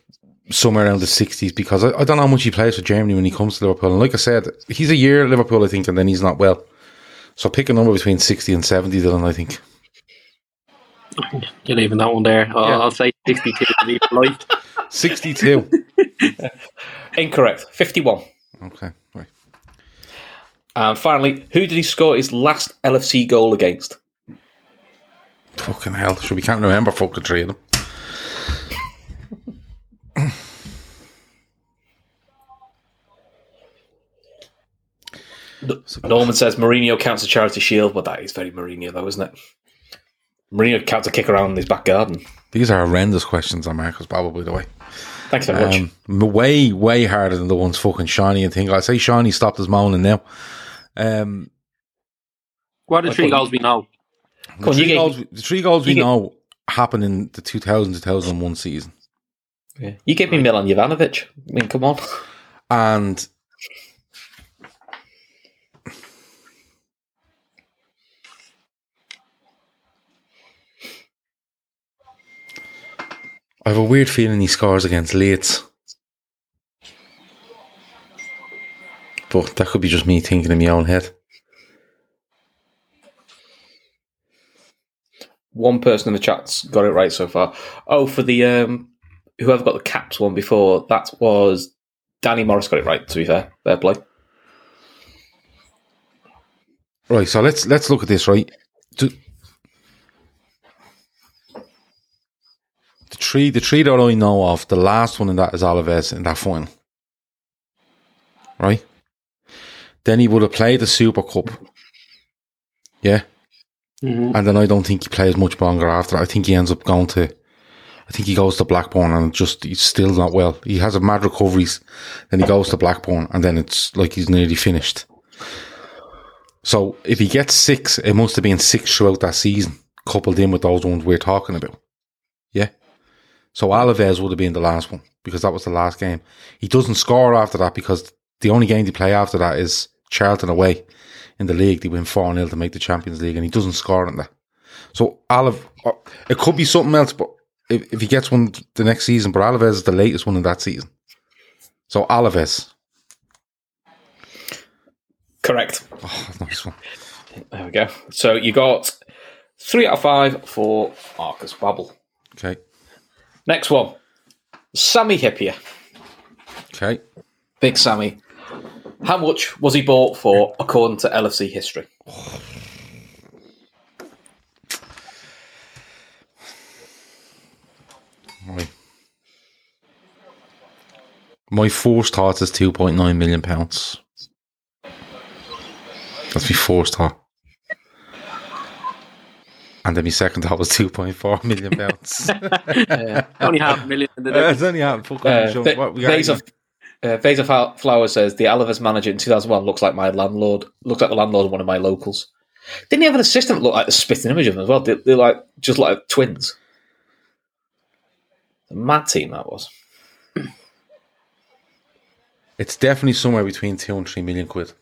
somewhere around the sixties because I, I don't know how much he plays for Germany when he comes to Liverpool. And like I said, he's a year at Liverpool, I think, and then he's not well. So pick a number between sixty and seventy, Dylan. I think.
You're leaving that one there. I'll,
Yeah.
I'll say 62 to be polite.
62.
Incorrect. 51.
okay. Right.
And finally, who did he score his last LFC goal against?
Fucking hell. Sure, we can't remember fucking three of them.
Norman says Mourinho counts a charity shield, but that is very Mourinho, though, isn't it? Mourinho counts a kick around in his back garden.
These are horrendous questions on Marcus Babel, by the way.
Thanks very much.
Um, way, way harder than the ones fucking Shawnee and things. I say Shawnee stopped his moaning now. Um,
What are the three
thought-
goals we know?
the,
Come on,
three
you get-
goals, the three goals we
you get-
know happened in the 2000 2001 season.
Yeah. You gave me Milan Jovanovic. I mean, come on.
And I have a weird feeling he scores against Leeds. But that could be just me thinking in my own head.
One person in the chat's got it right so far. Oh, for the um, whoever got the caps one before, that was Danny Morris got it right, to be fair. Fair play.
Right, so let's let's look at this, right? Do- the three the three that I know of, the last one in that is Alaves in that final. Right? Then he would have played the Super Cup. Yeah. And then I don't think he plays much longer after. that. I think he ends up going to I think he goes to Blackburn and just he's still not well. He has a mad recoveries, then he goes to Blackburn and then it's like he's nearly finished. So if he gets six, it must have been six throughout that season, coupled in with those ones we're talking about. Yeah. So Alaves would have been the last one because that was the last game. He doesn't score after that because the only game they play after that is Charlton away in the league. They win 4 0 to make the Champions League and he doesn't score in that. So Alav, uh, it could be something else, but if, if he gets one the next season, but Alaves is the latest one in that season. So Alaves.
Correct.
Oh, nice one.
There we go. So you got three out of five for Marcus Bubble.
Okay.
Next one, Sammy Hippier,
Okay.
Big Sammy. How much was he bought for according to LFC history?
Right. my first thought is two point nine million pounds. That's my first thought. And then my second thought was two point four million pounds.
Only half a million in the
[LAUGHS] It's only out fucking
Uh,
show.
Th-
What we got
Days
here?
of uh, Days of Flow- Flower says the Alaves manager in 2001 looks like my landlord. Looks like the landlord of one of my locals. Didn't he have an assistant that looked like a spitting image of him as well? They, they're like just like twins. A mad team that was.
It's definitely somewhere between two and three million quid.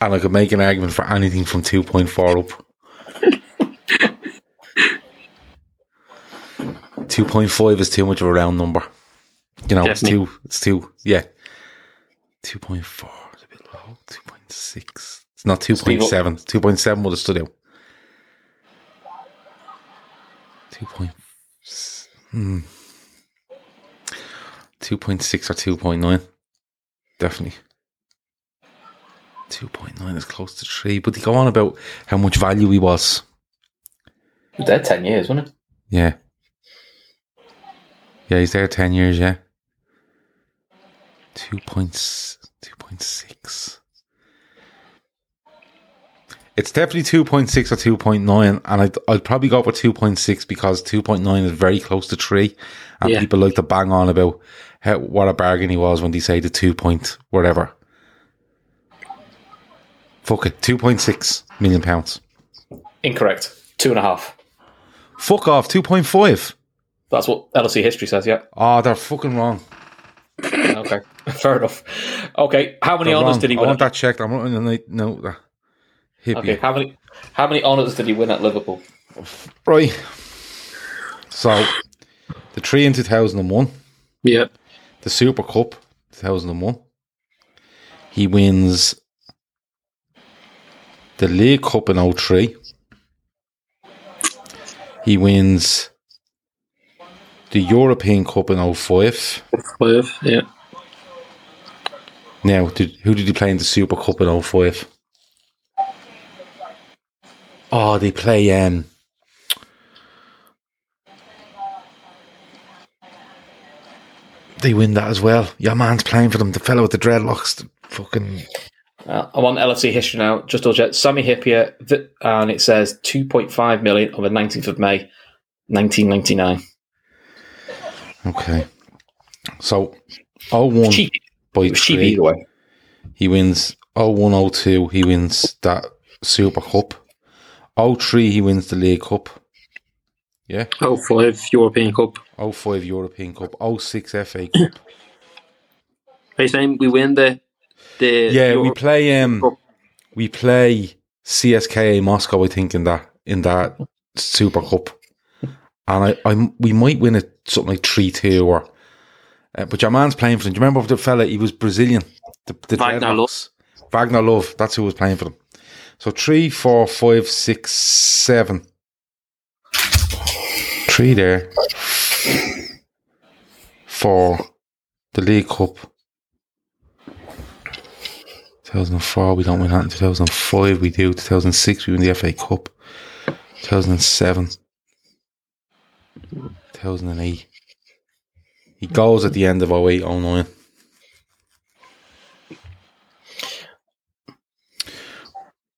And I could make an argument for anything from 2.4 up. 2.5 is too much of a round number. You know,
Definitely.
it's too, it's too, yeah. 2.4 is a bit low. 2.6. It's not 2.7. 2.7 would have stood out. 2. point- hmm. Two point six or two point nine, definitely. Two point nine is close to three, but they go on about how much value he was.
He was there ten years, wasn't it?
Yeah, yeah, he's there ten years. Yeah, two points, two point six. It's definitely two point six or two point nine, and I'd, I'd probably go for two point six because two point nine is very close to three, and
Yeah.
people like to bang on about how, what a bargain he was when they say the two point whatever. Fuck it, two point six million pounds.
Incorrect. Two and a half.
Fuck off, two point five.
That's what LSE history says. Yeah. [LAUGHS]
Oh, they're fucking wrong.
Okay. Fair enough. Okay. How many
They're
honours
wrong.
did he
I
win?
want
At,
that checked. I'm not on the no. that Hippie.
okay. How many? How many honours did he win at Liverpool?
Right. So, the three in 2001,
Yeah.
the Super Cup 2001. He wins the League Cup in 03. He wins the European Cup in 05.
Five. Yeah.
Now, did, who did he play in the Super Cup in 05? Oh, they play. Um, they win that as well. Your man's playing for them. The fellow with the dreadlocks. The fucking.
Uh, I'm on LFC history now. Just double check. Sammy Hippier, th- and it says 2.5 million on the 19th of May, 1999.
Okay. So, 01
Cheap,
by
it was cheap
three.
either way.
He wins 01 02. He wins that Super Cup. 03, he wins the League Cup. Yeah.
Oh, five European Cup.
05 European Cup, 06 FA Cup.
Are you saying we win the the
yeah, we
Euro-
play um
Cup.
we play CSKA Moscow I think in that in that Super Cup. And I I we might win it something like 3-2 or uh, but your man's playing for them. Do you remember the fella? He was Brazilian. The, the
Wagner Love.
dreadlocks. Wagner Love. That's who was playing for them. So three, four, five, six, seven. Three there. Four. The League Cup. 2004, we don't win that. In 2005, we do. 2006, we win the FA Cup. 2007. 2008. He goes at the end of 08, 09.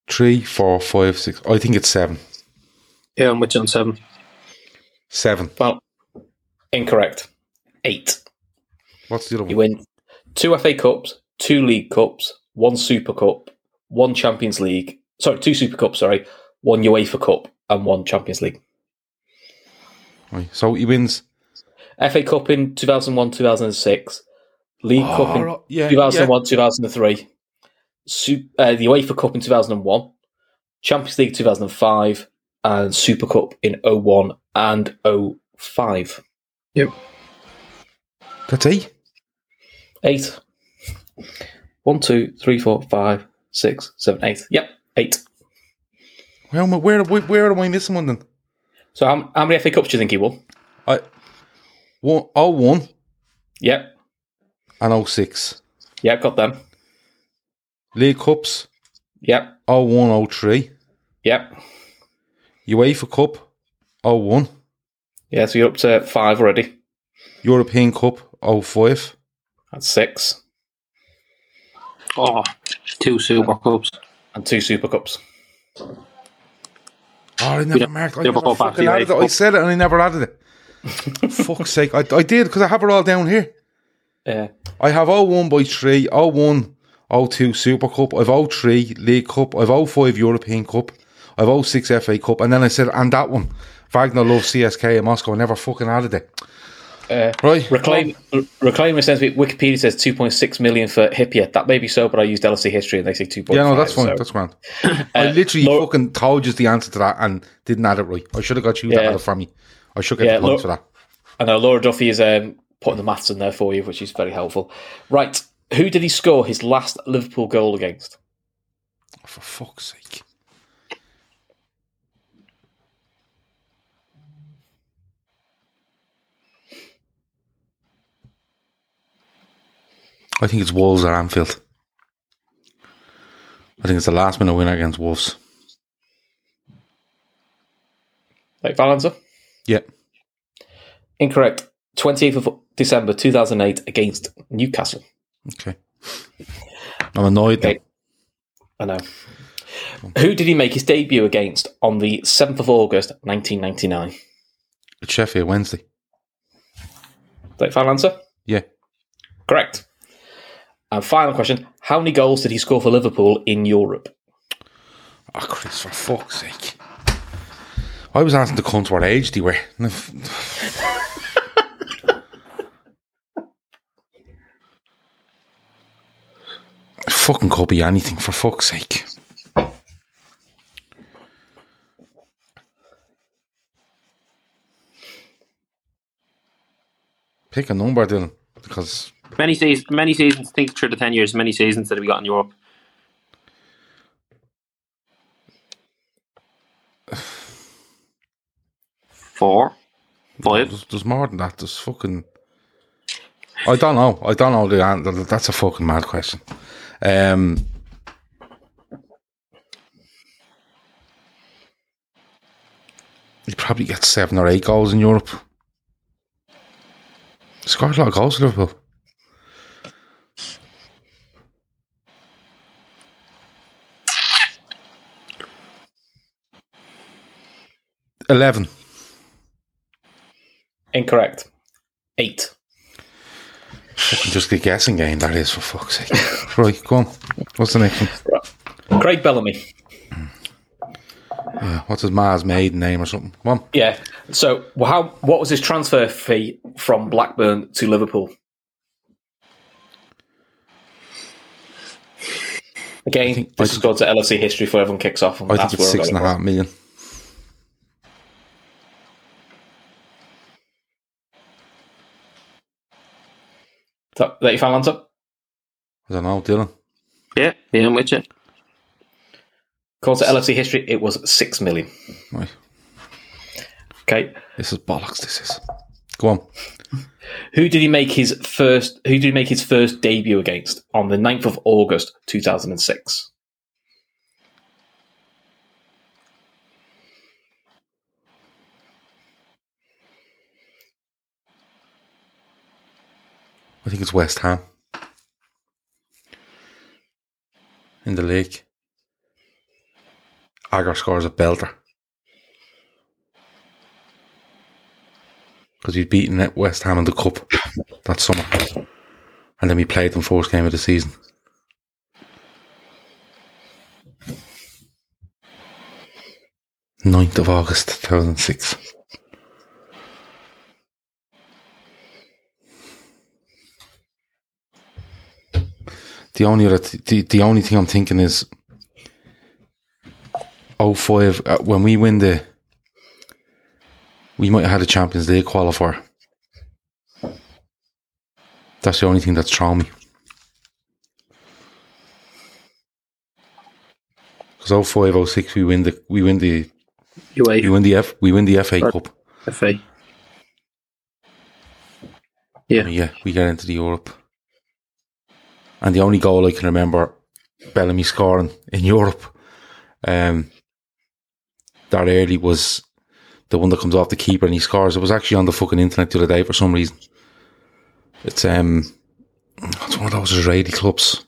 Three, four, five, six. I think it's seven.
Yeah, I'm with you on seven.
Seven.
Well, incorrect. Eight.
What's the other
You
one?
win two FA Cups, two League Cups, one Super Cup, one Champions League. Sorry, two Super Cups, sorry. One UEFA Cup and one Champions League.
Right, So he wins.
FA Cup in 2001 2006, League Cup in
right, yeah,
2001 2003, Su- uh, the UEFA Cup in 2001, Champions League 2005, and Super Cup in 01 and 05.
That's eight.
Eight. One, two, three, four, five, six, seven, eight. Yep, eight.
Where am I, where, where, where am I missing one then?
So how, how many FA Cups do you think he won?
I, one, 01
Yep,
and 06.
yep, got them.
League Cups,
Yep,
01, 03.
yep,
UEFA Cup, 01.
Yeah, so you're up to five already.
European Cup 05.
That's six.
Oh, two Super Cups.
And two Super Cups.
Oh, I never
don't-
marked. I
they don't
never
go back
fucking
to the
added it.
Cup.
I said it and I never added it. Fuck's sake. I, I did because I have it all down here.
Yeah.
I have 01 by oh 3, 01, 02 Super Cup, I've 03 League Cup, I've 05 European Cup, I've 06 FA Cup, and then I said, and that one. Wagner loves CSK in Moscow. I never fucking added it.
Uh,
Right.
Reclaim, Reclaim says Wikipedia says 2.6 million for Hippia. That may be so, but I used LSC history and they say 2.5.
Yeah, no, that's fine.
so- Uh,
That's
[COUGHS]
grand. I literally
Laura-
fucking told you the answer to that and didn't add it right. I should have got you to
Yeah.
add it from me. I should get
Yeah,
the points
Laura-
for
I
that.
know uh, Laura Duffy is um, putting the maths in there for you, which is very helpful. Right. Who did he score his last Liverpool goal against?
For fuck's sake. I think it's Wolves at Anfield. I think it's the last minute winner against Wolves.
Like Valanza?
Yeah.
Incorrect. 28th of December 2008 against Newcastle.
Okay. I'm annoyed now.
Okay. I know. Who did he make his debut against on the 7th of August 1999?
It's Sheffield Wednesday.
Like final answer?
Yeah.
Correct. And final question How many goals did he score for Liverpool in Europe?
Oh, Chris, for fuck's sake. I was asking the cunts what age they were. And if- It fucking could be anything, for fuck's sake. Pick a number, Dylan, because
Many seasons, many seasons. Think through the ten years, many seasons that we got in Europe. Four, five.
There's, there's more than that. There's fucking. I don't know. I don't know the answer. That's a fucking mad question. Um, you probably get seven or eight goals in Europe. Scored a lot of goals, Liverpool. Eleven.
Incorrect. Eight.
Fucking just a guessing game that is for fuck's sake. right, go on. What's the next one?
Craig Bellamy.
Uh, What's his Mars maiden name or something? One.
Yeah. So, wh- how what was his transfer fee from Blackburn to Liverpool? Again, this is going to LSE history for everyone kicks off. And
I
that's
think it's
where we're
six and a
going.
half million.
So, that your final answer?
I don't know, Dylan.
Yeah, yeah, I'm with you.
According to LFC history, it was six million.
Right.
Okay.
This is bollocks, this is. Go on.
Who did he make his first? Who did he make his first debut against on the 9th of August two thousand and six?
I think it's West Ham. In the league. Agar scores a belter. Because we'd beaten at West Ham in the cup that summer. And then we played them first game of the season. Ninth of August, two thousand and six. The only other th- the, the only thing I'm thinking is 05 uh, when we win the we might have had a Champions League qualifier. That's the only thing that's thrown me. Because 05, 06, we win the we win the we
UA,
win the F we win the FA Cup.
FA. Yeah.
Yeah, we get into the Europe. And the only goal I can remember Bellamy [LAUGHS] scoring in Europe um, that early was the one that comes off the keeper and he scores. It was actually on the fucking internet the other day for some reason. It's um, it's one of those Israeli clubs.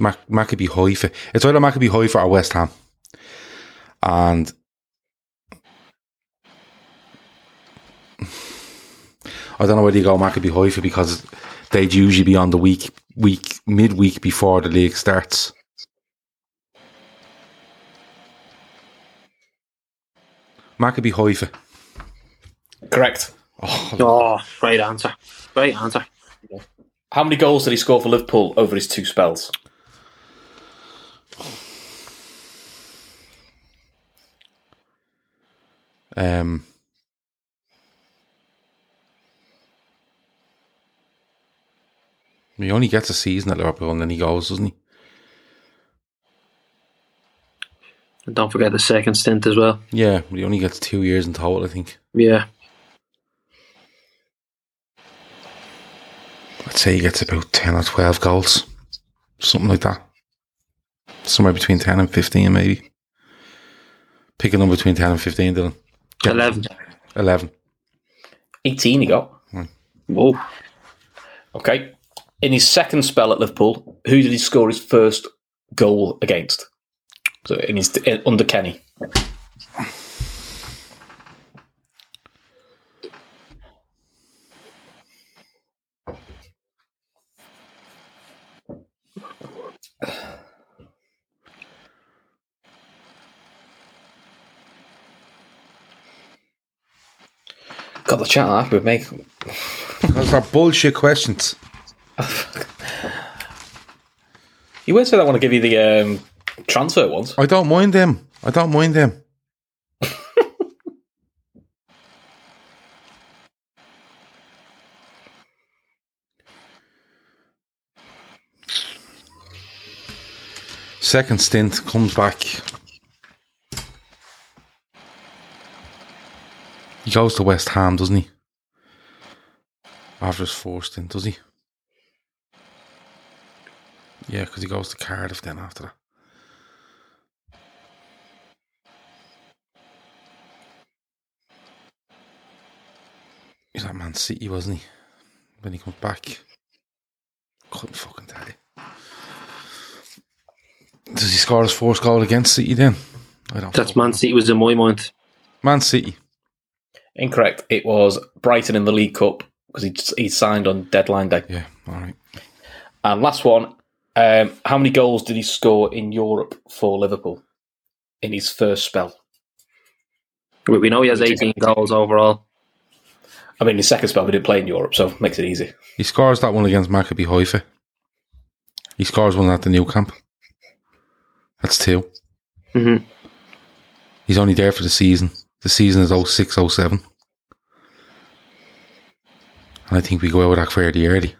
Mac- Maccabi Haifa. It's either Maccabi Haifa or West Ham. And I don't know whether you go Maccabi Haifa because they'd usually be on the week, week, midweek before the league starts. Maccabi Haifa.
Correct.
Oh, great answer. Great answer.
How many goals did he score for Liverpool over his two spells?
Um, he only gets a season at Liverpool and then he goes, doesn't he?
And don't forget the second stint as well.
Yeah, but he only gets two years in total, I think.
Yeah.
I'd say he gets about 10 or 12 goals, something like that. Somewhere between 10 and 15, maybe. Pick a number between 10 and 15, Dylan. Yeah.
11.
11.
18 he got.
Whoa.
Okay. In his second spell at Liverpool, who did he score his first goal against? So in his in, under Kenny. God, the chat are happy with me.
Those are bullshit questions.
You weren't saying I want to give you the um, transfer ones.
I don't mind them. I don't mind them. Second stint comes back. He goes to West Ham, doesn't he? After his fourth stint, does he? Yeah, because he goes to Cardiff then after that. He's at Man City, wasn't he? When he comes back. Couldn't fucking tell you. Does he score his fourth goal against City then? I don't
That's
fucking
Man
know.
City was in my mind.
Man City.
Incorrect. It was Brighton in the League Cup because he he signed on deadline day.
Yeah, alright.
And last one, um, how many goals did he score in Europe for Liverpool in his first spell?
We we know he has 18 goals overall.
I mean, his second spell he didn't play in Europe, so makes it easy.
He scores that one against Maccabi Haifa. He scores one at the new camp. That's 2
Mhm.
He's only there for the season. The season is 06 07. And I think we go out with that fairly early.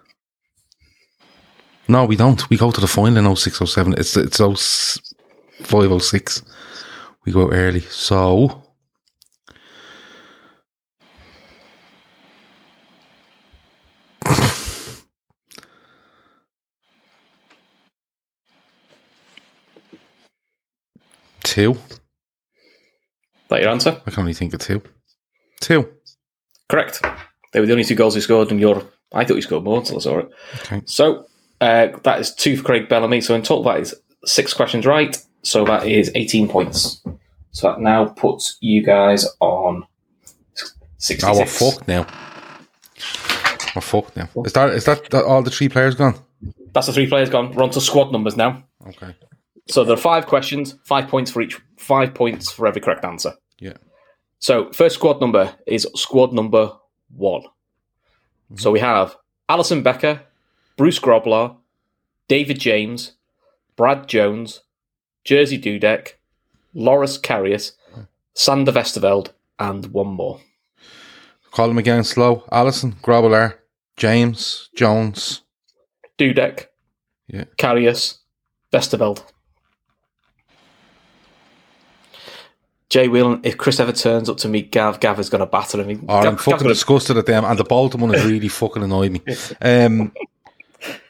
No, we don't. We go to the final in 06 07. It's, it's 05 06. We go out early. So. Two.
That your answer?
I can only think of two. Two.
Correct. They were the only two goals he scored in Europe. I thought he scored more until I saw it.
Okay.
So uh, that is two for Craig Bellamy. So in total, that is six questions right. So that is 18 points. So that now puts you guys on 66.
Oh, we're fucked now. We're fucked now. Is that is that, that all the three players gone?
That's the three players gone. We're on to squad numbers now.
Okay.
So there are five questions, five points for each, five points for every correct answer.
Yeah.
So first squad number is squad number one.
Mm-hmm.
So we have Alison Becker, Bruce Grobler, David James, Brad Jones, Jersey Dudek, Loris Karius, Sander Vesterveld, and one more.
Call them again slow. Allison, Grobbler, James, Jones.
Dudek,
Yeah.
Karius, Vesterveld. Jay Whelan, if Chris ever turns up to meet Gav, Gav is going to batter him. He-
Oh, I'm
Gav- Gav's
fucking
gonna-
disgusted at them, and the Bolton one has really fucking
[LAUGHS]
annoyed me. Um,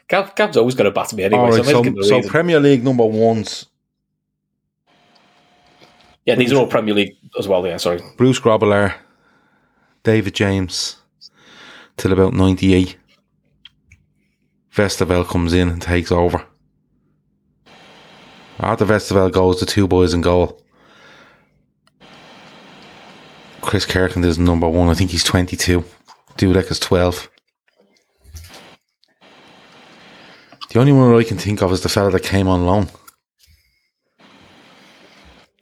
Gav,
Oh,
Gav's always going to batter me anyway.
all
so,
right,
I might as well give
so,
him a
so
reason.
Premier League number ones.
Yeah, these are all Premier League as well. Yeah, sorry.
Bruce Grobbelaar, David James, till about 98. Vesterveld comes in and takes over. After Vesterveld goes, the two boys in goal. Chris Kirkland is number one. I think he's 22. Dudek is 12. The only one I can think of is the fella that came on loan.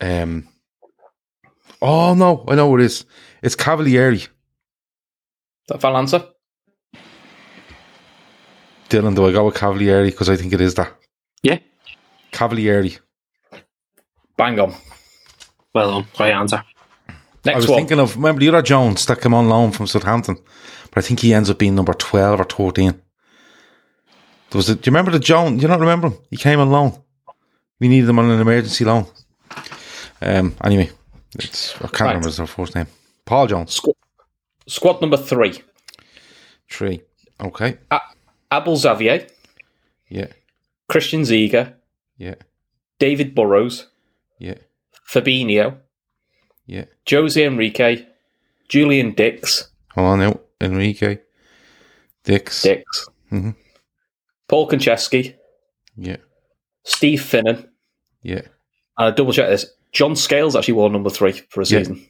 Um, Oh no, I know what it is. It's Cavalieri.
That final answer.
Dylan, do I go with Cavalieri? Because I think it is that.
Yeah.
Cavalieri.
Bang on.
Well done. Right answer.
I was
Next one.
thinking of remember the other Jones that came on loan from Southampton, but I think he ends up being number twelve or thirteen. There was a, do you remember the Jones? Do you not remember him? He came on loan. We needed him on an emergency loan. Um. Anyway, it's I can't
Right.
remember his first name. Paul Jones.
Squ- squad number three.
Three. Okay.
Abel Xavier,
Yeah.
Christian Ziga,
Yeah.
David Burrows,
Yeah.
Fabinho,
Yeah.
Jose Enrique, Julian Dix,
Hold on now. Enrique. Dix.
Dix,
Mhm.
Paul Konchesky,
Yeah.
Steve Finnan,
Yeah.
and I double check this. John Scales actually wore number three for a
Yeah.
season,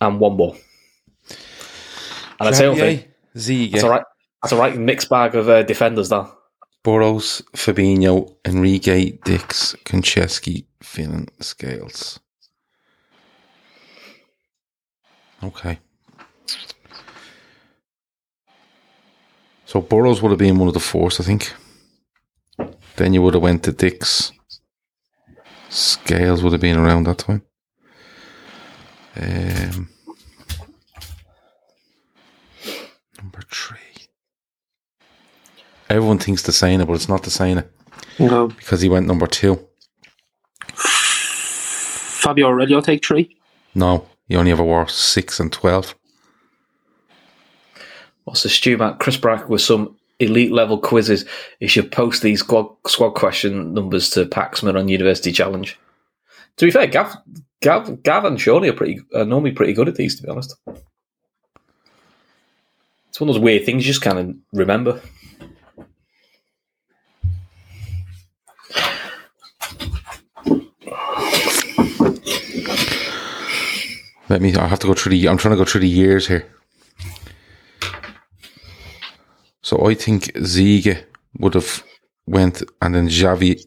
and one more. And I tell you, one thing,
Ziga,
that's all right. That's a right mixed bag of uh, defenders. That
Burrows, Fabinho, Enrique, Dix, Konchesky, Finnan, Scales. Okay. So Burrows would have been one of the force, I think. Then you would have went to Dix. Scales would have been around that time. Um, number three. Everyone thinks the same, but it's not the same
No.
because he went number two.
Fabio Aurelio take three.
No, he only ever wore six and twelve.
what's the stew about Chris Brack with some elite level quizzes? He should post these squad, squad question numbers to Paxman on University Challenge. To be fair, Gav, Gav, Gav and Shawnee are pretty are normally pretty good at these. To be honest, it's one of those weird things you just kind of remember.
Let me. I have to go through the. I'm trying to go through the years here. So I think Ziga would have went, and then Javi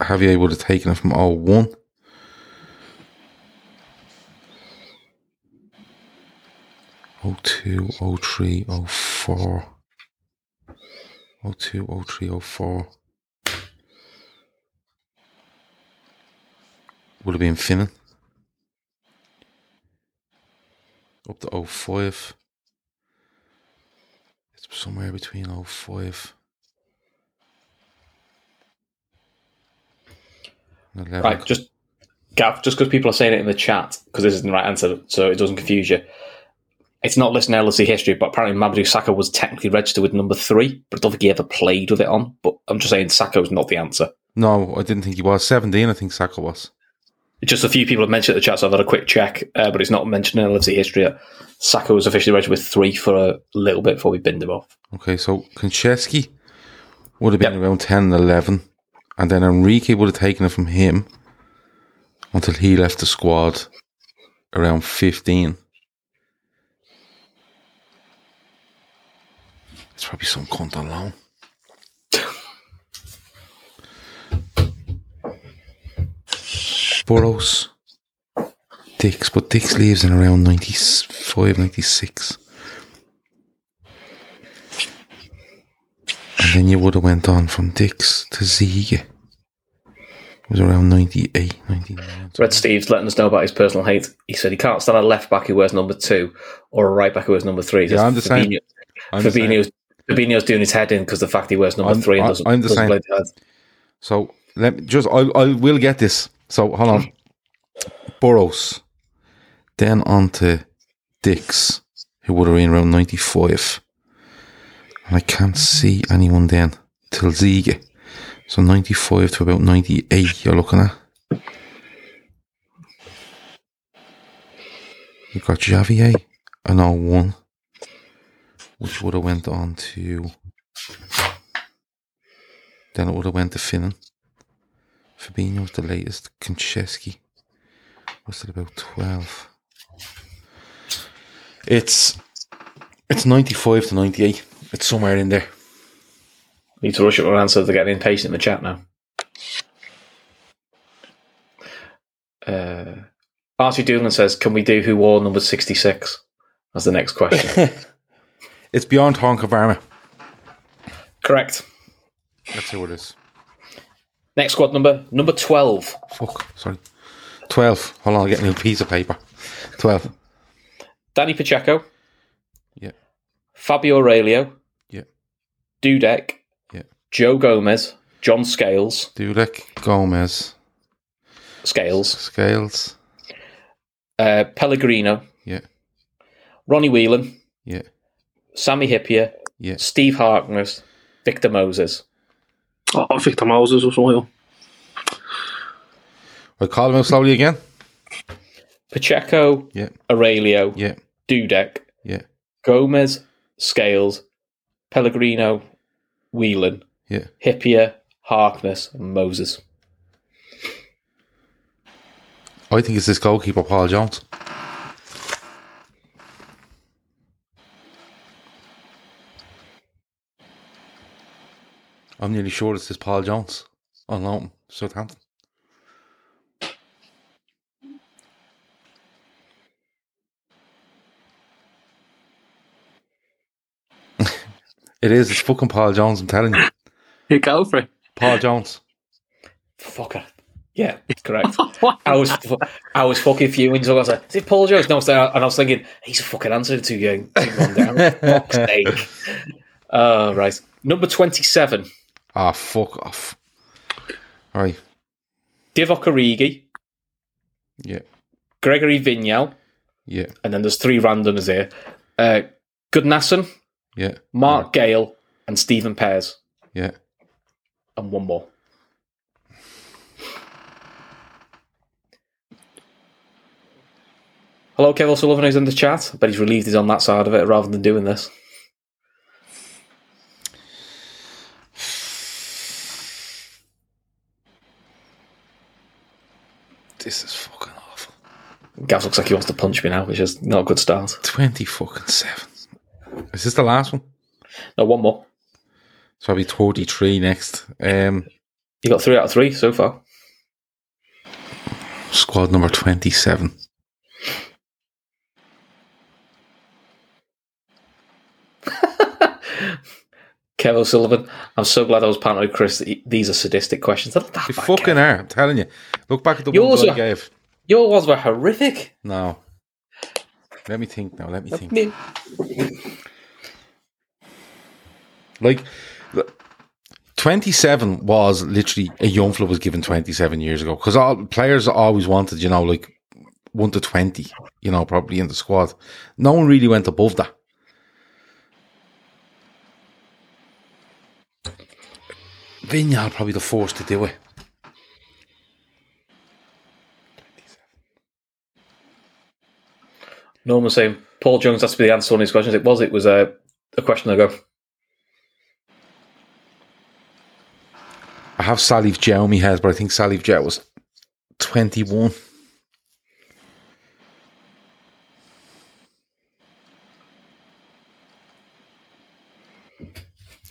Javier would have taken it from all one. Oh two, oh three, oh four. Oh two, oh three, oh four. Would have been Finnan up to 05. It's somewhere between 05 and 11.
Right, just Gav, just because people are saying it in the chat, because this isn't the right answer, so it doesn't confuse you. It's not listed in LSC history, but apparently Mamadou Saka was technically registered with number three, but I don't think he ever played with it on. But I'm just saying Saka's not the answer.
No, I didn't think he was. 17, I think Saka was.
Just a few people have mentioned it in the chat, so I've had a quick check, uh, but it's not mentioned in LFC history yet. Saka was officially registered with three for a little bit before we binned him off.
Okay, so Konchesky would have been
Yep.
around 10 and 11. And then Enrique would have taken it from him until he left the squad around 15. It's probably some cunt on loan. Burrows. Dix, but Dix leaves in around 95, 96. And then you would have went on from Dix to Ziege. It was around 98, 99.
Red Steve's letting us know about his personal hate. He said he can't stand a left back who wears number two or a right back who wears number three. He
Yeah,
says
I'm the same.
Fabinho-
I'm the same.
Fabinho's, Fabinho's doing his head in because the fact he wears number
I'm-
three and
I-
doesn't,
I'm the
doesn't
same.
play the head.
So let me just, I, I will get this. So hold on. Burrows. Then on to Dix, who would have been around 95. And I can't see anyone then till Ziege. So 95 to about 98, you're looking at. You've got Javier and 01, which would have went on to. Then it would have went to Finnan. Fabinho was the latest. Konchesky was it about 12? It's it's 95 to 98. It's somewhere in there.
Need to rush up an answer. They're getting impatient in the chat now. Uh, Archie Doolin says, "Can we do who wore number sixty-six?" As the next
[LAUGHS]
question.
It's beyond Honk of Armour.
Correct.
That's who it is.
Next squad number number twelve.
Fuck, sorry. 12. Hold on, I'll get a new piece of paper. 12.
Danny Pacheco,
Yeah,
Fabio Aurelio,
yeah,
Dudek,
yeah.
Joe Gomez, John Scales,
Dulek, Gomez,
Scales,
Scales.
uh, Pellegrino,
Yeah,
Ronnie Whelan,
yeah,
Sammy Hippier,
yeah.
Steve Harkness, Victor Moses.
Oh, Victor Moses or something.
I call him out slowly again.
Pacheco,
Yeah,
Aurelio,
yeah,
Dudek,
yeah,
Gomez, Scales, Pellegrino, Whelan,
yeah.
Hippier, Harkness, and Moses.
I think it's this goalkeeper, Paul Jones. I'm nearly sure it's this Paul Jones on loan, Southampton. [LAUGHS] it is. It's fucking Paul Jones. I'm telling you,
You go for it.
Paul Jones.
Fucker. Yeah, that's correct. I was fu- I was fucking fuming. So I was like, "Is it Paul Jones?" No, it's there. and I was thinking he's fucking answered two game. two one down. Fuck's sake. Uh, right, number twenty-seven,
Ah, fuck off. All right.
Divock Origi,
Yeah.
Gregory Vignal,
Yeah.
and then there's three randoms here: uh, Goodnasson,
Yeah.
Mark Gale, and Stephen Pears,
Yeah.
and one more. Hello, Kev O'Sullivan, who's in the chat. I bet he's relieved he's on that side of it rather than doing this.
This is fucking awful.
Gav looks like he wants to punch me now, which is not a good start.
20 fucking 7. Is this the last one?
No, one more.
So I'll be 43 next. Um,
You got three out of three so far.
squad number 27.
Kev O'Sullivan, I'm so glad I was partnered with Chris. that These are sadistic questions. They're not that
You
bad,
fucking
Kev.
are, I'm telling you. Look back at the
Yours
ones I
are-
gave.
Your ones were horrific.
No. Let me think now, let me think.
Me-
Like, the- 27 was literally a young fella was given 27 years ago because all players always wanted, you know, like 1 to 20, you know, probably in the squad. No one really went above that. Vignal probably the force to do it.
Norman saying Paul Jones has to be the answer to one of these questions. It was. It was a, a question ago.
I have Salif Jao in my head, but I think Salif Jao was 21.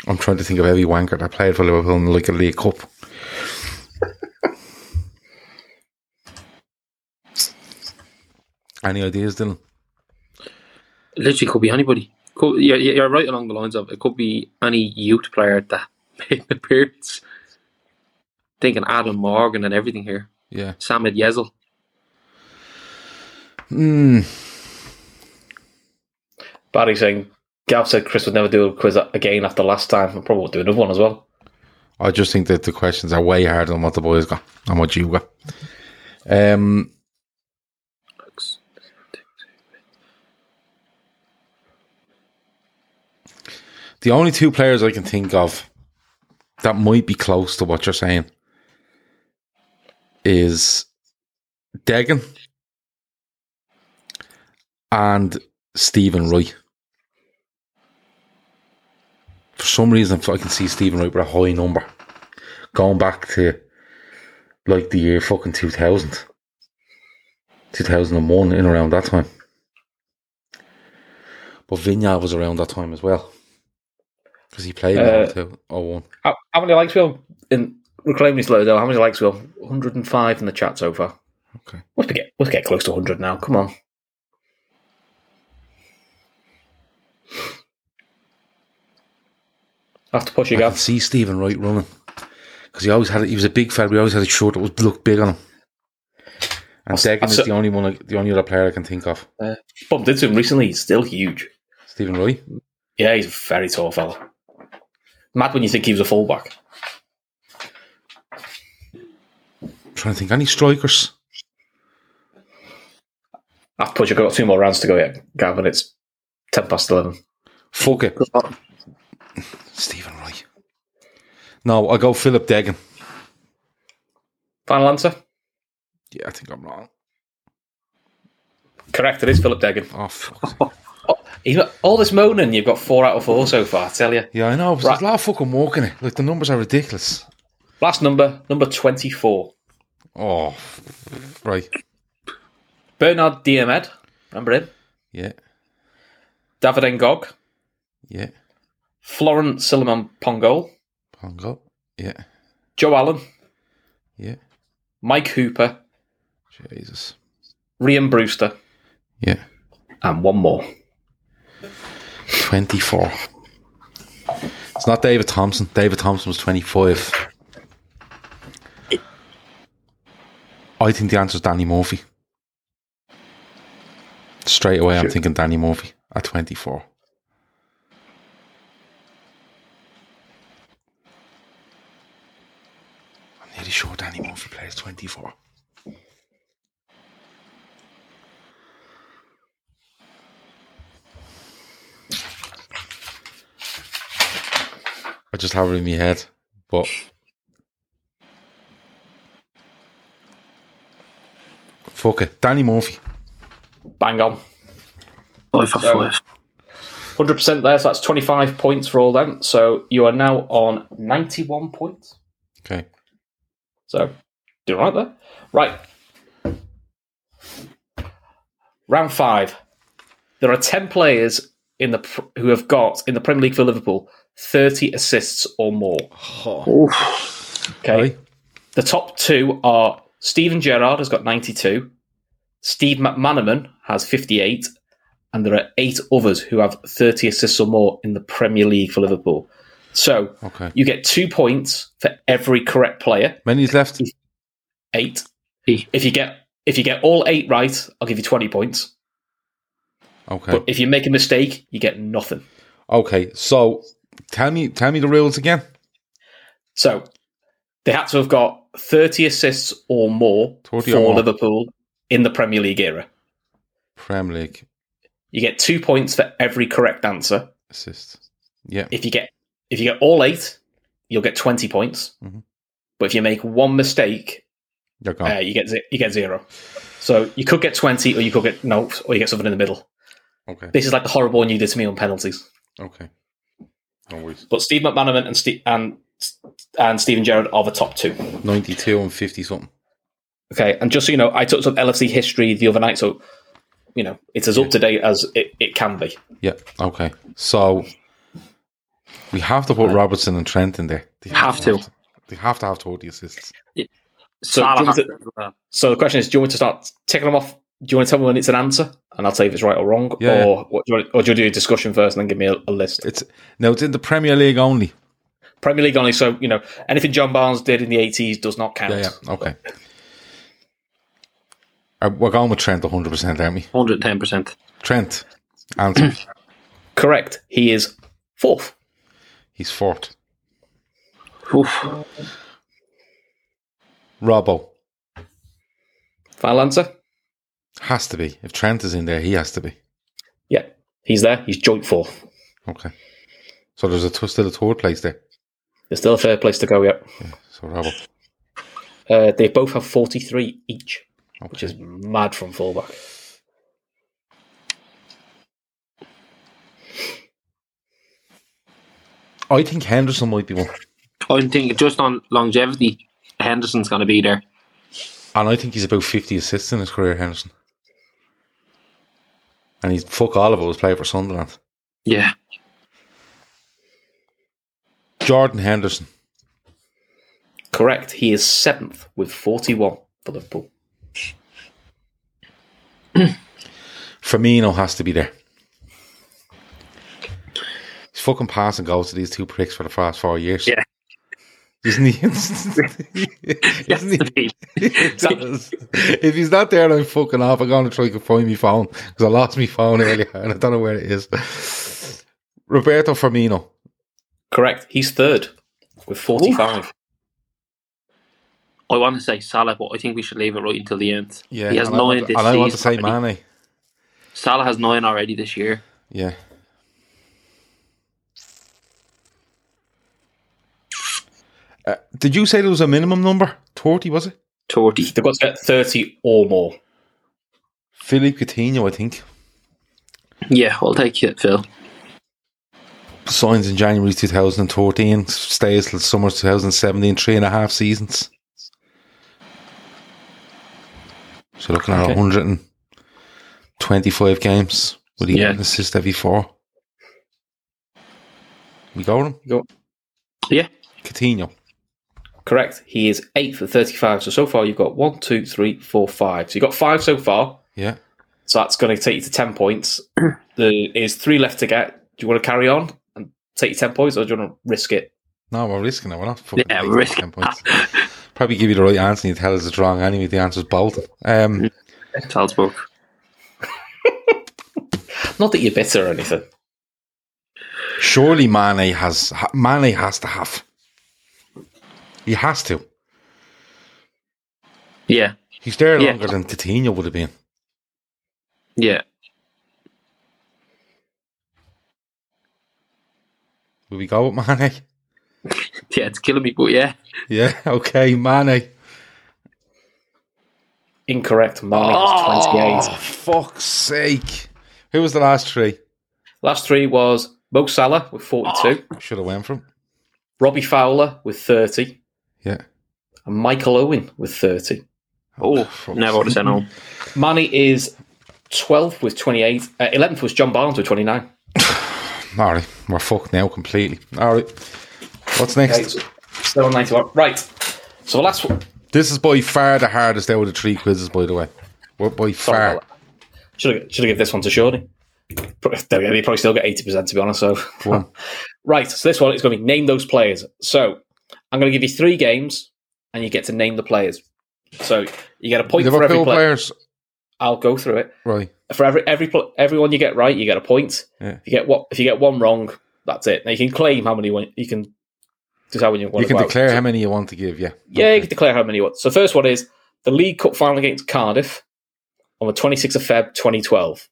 I'm trying to think of every wanker that played for Liverpool in like a League Cup. [LAUGHS] Any ideas, Dylan?
Literally could be anybody. Could, you're, you're right along the lines of it could be any youth player that [LAUGHS] made an appearance. Thinking Adam Morgan and everything here.
Yeah.
Samid Yezel.
Barry saying Gav said Chris would never do a quiz again after last time. I probably will do another one as well.
I just think that the questions are way harder than what the boys got and what you got. Um, the only two players I can think of that might be close to what you're saying is Degan and Stephen Wright. For some reason, I can see Stephen Wright with a high number going back to like the year fucking 2000, 2001, in around that time. But Vineyard was around that time as well because he played
Uh,
in 2001.
How, how many likes we have in reclaiming this logo? How many likes we have? 105 in the chat so far.
Okay.
Let's get let's get close to 100 now. Come on. I have to push you,
I can
Gav.
see Stephen Wright running because he always had it. He was a big fella. but He always had a shirt that was looked big on him. And Degan is
so-
the only one, I- the only other player I can think of.
Bumped into him recently. He's still huge.
Stephen Wright.
Yeah, he's a very tall fella. Mad when you think he was a fullback.
I'm trying to think any strikers.
I have to push. I've got two more rounds to go yet, Gav, and it's 10 past 11.
Fuck it, Stephen Wright. No, I go Philip Degan.
Final answer?
Yeah, I think I'm wrong.
Correct, it is Philip Degan.
Oh fuck.
He's not, Oh, all this moaning, you've got four out of four so far, I tell you.
yeah, I know. There's
Right.
a lot of fucking walk in it. Like the numbers are ridiculous.
Last number, number 24.
Oh, right.
Bernard Diomed, remember him?
Yeah,
David Ngog,
yeah.
Florent Silliman Pongol,
Pongo. Yeah,
Joe Allen,
yeah.
Mike Hooper,
Jesus.
Rian Brewster,
Yeah.
and one more.
24. It's not David Thompson. David Thompson was 25. I think the answer is Danny Murphy. Straight away, I'm thinking Danny Murphy at 24. I'm nearly sure Danny Murphy plays 24. I just have it in my head, but fuck it, Danny Murphy.
Bang on.
Five for five.
100% there, so that's 25 points for all them. So you are now on 91 points.
Okay,
So doing all right there. Right. Round five. There are 10 players in the pr- who have got in the Premier League for Liverpool 30 assists or more. Okay.
Right.
The top two are Steven Gerrard has got 92, Steve McManaman has 58, and there are eight others who have 30 assists or more in the Premier League for Liverpool. So
okay.
you get two points for every correct player,
Many's left.
eight.
E.
Hey.
If you get if you get all eight right, I'll give you 20 points.
Okay,
But if you make a mistake, you get nothing.
okay. So tell me, tell me the rules again.
So they had to have got 30 assists or more
30
for
or more.
Liverpool in the Premier League era.
Premier League
You get two points for every correct answer.
assist. Yeah,
If you get if you get all eight, you'll get twenty points.
Mhm.
But if you make one mistake,
you're gone.
uh, you get ze- you get zero. So you could get twenty, or you could get no, or you get something in the middle.
okay,
This is like the horrible one you did to me on penalties.
okay. No worries.
But Steve McManaman and Ste and and Stephen Gerrard are the top two.
Ninety-two and fifty something.
Okay, and just so you know, I took some LFC history the other night, so you know it's as up to date as it, it can be.
Yeah. Okay. So we have to put Robertson and Trent in there. They
Have to.
They have to have thirty assists.
So
Salah
do you want
has
me
to uh,
to-
do that.
So the question is, do you want me to start ticking them off? Do you want to tell me when it's an answer, and I'll tell you if it's right or wrong,
Yeah,
or what do you want, or do you do a discussion first and then give me a, a list?
It's now it's in the Premier League only.
Premier League only, so you know anything John Barnes did in the eighties does not count.
Yeah, yeah, okay. Uh, We're going with Trent 100%, aren't we?
110%.
Trent, answer.
Correct. He is fourth.
He's fourth.
Oof.
Robbo
Final answer.
has to be. If Trent is in there, he has to be.
Yeah, he's there. He's joint fourth.
Okay. So there's a t- still a third place there.
There's still a fair place to go yet.
So Robbo.
Uh, they both have forty three each,
Okay.
which is mad from fullback.
I think Henderson might be one,
I'm thinking just on longevity, Henderson's going to be there.
and I think he's about fifty assists in his career. Henderson, and he's fuck all of us playing for Sunderland.
[LAUGHS] Yeah.
Jordan Henderson.
Correct. He is seventh with 41 for Liverpool.
Firmino has to be there. He's fucking passing goals to these two pricks for the past four years.
Yeah.
[LAUGHS] Isn't he? [LAUGHS] Isn't he? [LAUGHS] if he's not there, I'm fucking off. I'm going to try to find my phone because I lost my phone earlier and I don't know where it is. Roberto Firmino.
Correct. He's third with 45.
I want to say Salah, but I think we should leave it right until the end.
Yeah,
he has
and I
nine
want,
this
and I want to
season
say
already.
Mane.
Salah has nine already this year.
Yeah. Uh, did you say there was a minimum number? 30, was it?
30.
They've got to get 30 or more.
Philippe Coutinho, I think.
Yeah, I'll take it, Phil.
Signs in January 2013, stays till summer 2017, three and a half seasons. So looking at
Okay.
125 games with he
Yeah.
an assist every four. We go with him.
Go.
Yeah.
Coutinho.
Correct. He is eighth with 35. So, so far, you've got one, two, three, four, five. So, you've got five so far.
Yeah.
So, that's going to take you to 10 points. there is three left to get. Do you want to carry on and take your 10 points, or do you want to risk it?
No, we're risking it. We're not fucking
Yeah,
taking
we're risking
10 points. Probably give you the right answer and you tell us it's wrong anyway. The answer's both. Um,
Salzburg.
Not that you're bitter or anything.
Surely Mane has ha- Mane has to have. He has to.
Yeah,
He's there
Yeah.
longer than Coutinho would have been.
yeah.
Will we go with Mane? [LAUGHS]
Yeah, it's killing me, but yeah.
Yeah, okay, Mane.
Incorrect. Marnie has 28.
Oh, fuck's sake. Who was the last three?
Last three was Mo Salah with 42,
Should have went from.
Robbie Fowler with 30,
Yeah.
and Michael Owen with 30.
Oh,
fuck's
never would have said no.
Manny is 12th with 28. Uh, 11th was John Barnes with 29.
All right, we're fucked now completely. All right. What's next?
Okay, so still on 91. Right. So the last one.
This is by far the hardest out of the three quizzes, by the way. We're by
Sorry
far.
about that. Should have, should have given this one to Shorty. Pro- there we go, He probably still got 80% to be honest. So, [LAUGHS]
One.
right. So this one is going to be name those players. So I'm going to give you three games and you get to name the players. So you get a point for every
Liverpool
player.
players.
I'll go through it.
Right.
for every every pl- everyone you get right, you get a point.
Yeah.
If you get what if you get one wrong, that's it. Now you can claim how many one, you can decide when you want.
You can
to go out.
declare how many you want to give, yeah.
Yeah, you can declare how many you want. So first one is the League Cup final against Cardiff on the twenty sixth of Feb, twenty twelve.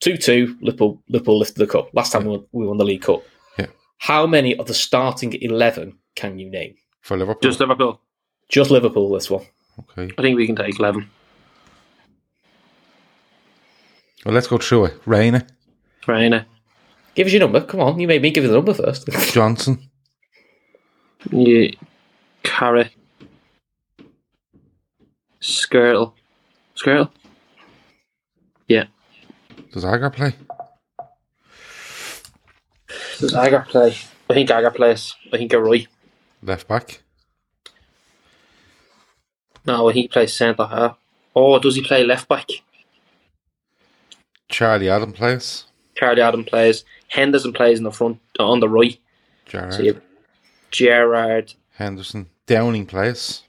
Two two, Liverpool Liverpool lifted the cup. Last time we, won, we won the League Cup.
Yeah.
How many of the starting eleven can you name?
For Liverpool.
Just Liverpool.
Just Liverpool, this one.
okay.
I think we can take 11.
Well, let's go through it. Reina,
Reina.
Give us your number. Come on, you made me give you the number first. [LAUGHS]
Johnson,
Yeah. Carrot. Skirtle. Skirtle? Yeah.
does Agar play?
Does Agar play? I think Agar plays. I think you're right.
Left back.
No, I think he plays centre half. Oh, does he play left back?
Charlie Adam plays.
Carly Adam plays. Henderson plays in the front on the right.
Gerard.
So you Gerard,
Henderson. Downing plays.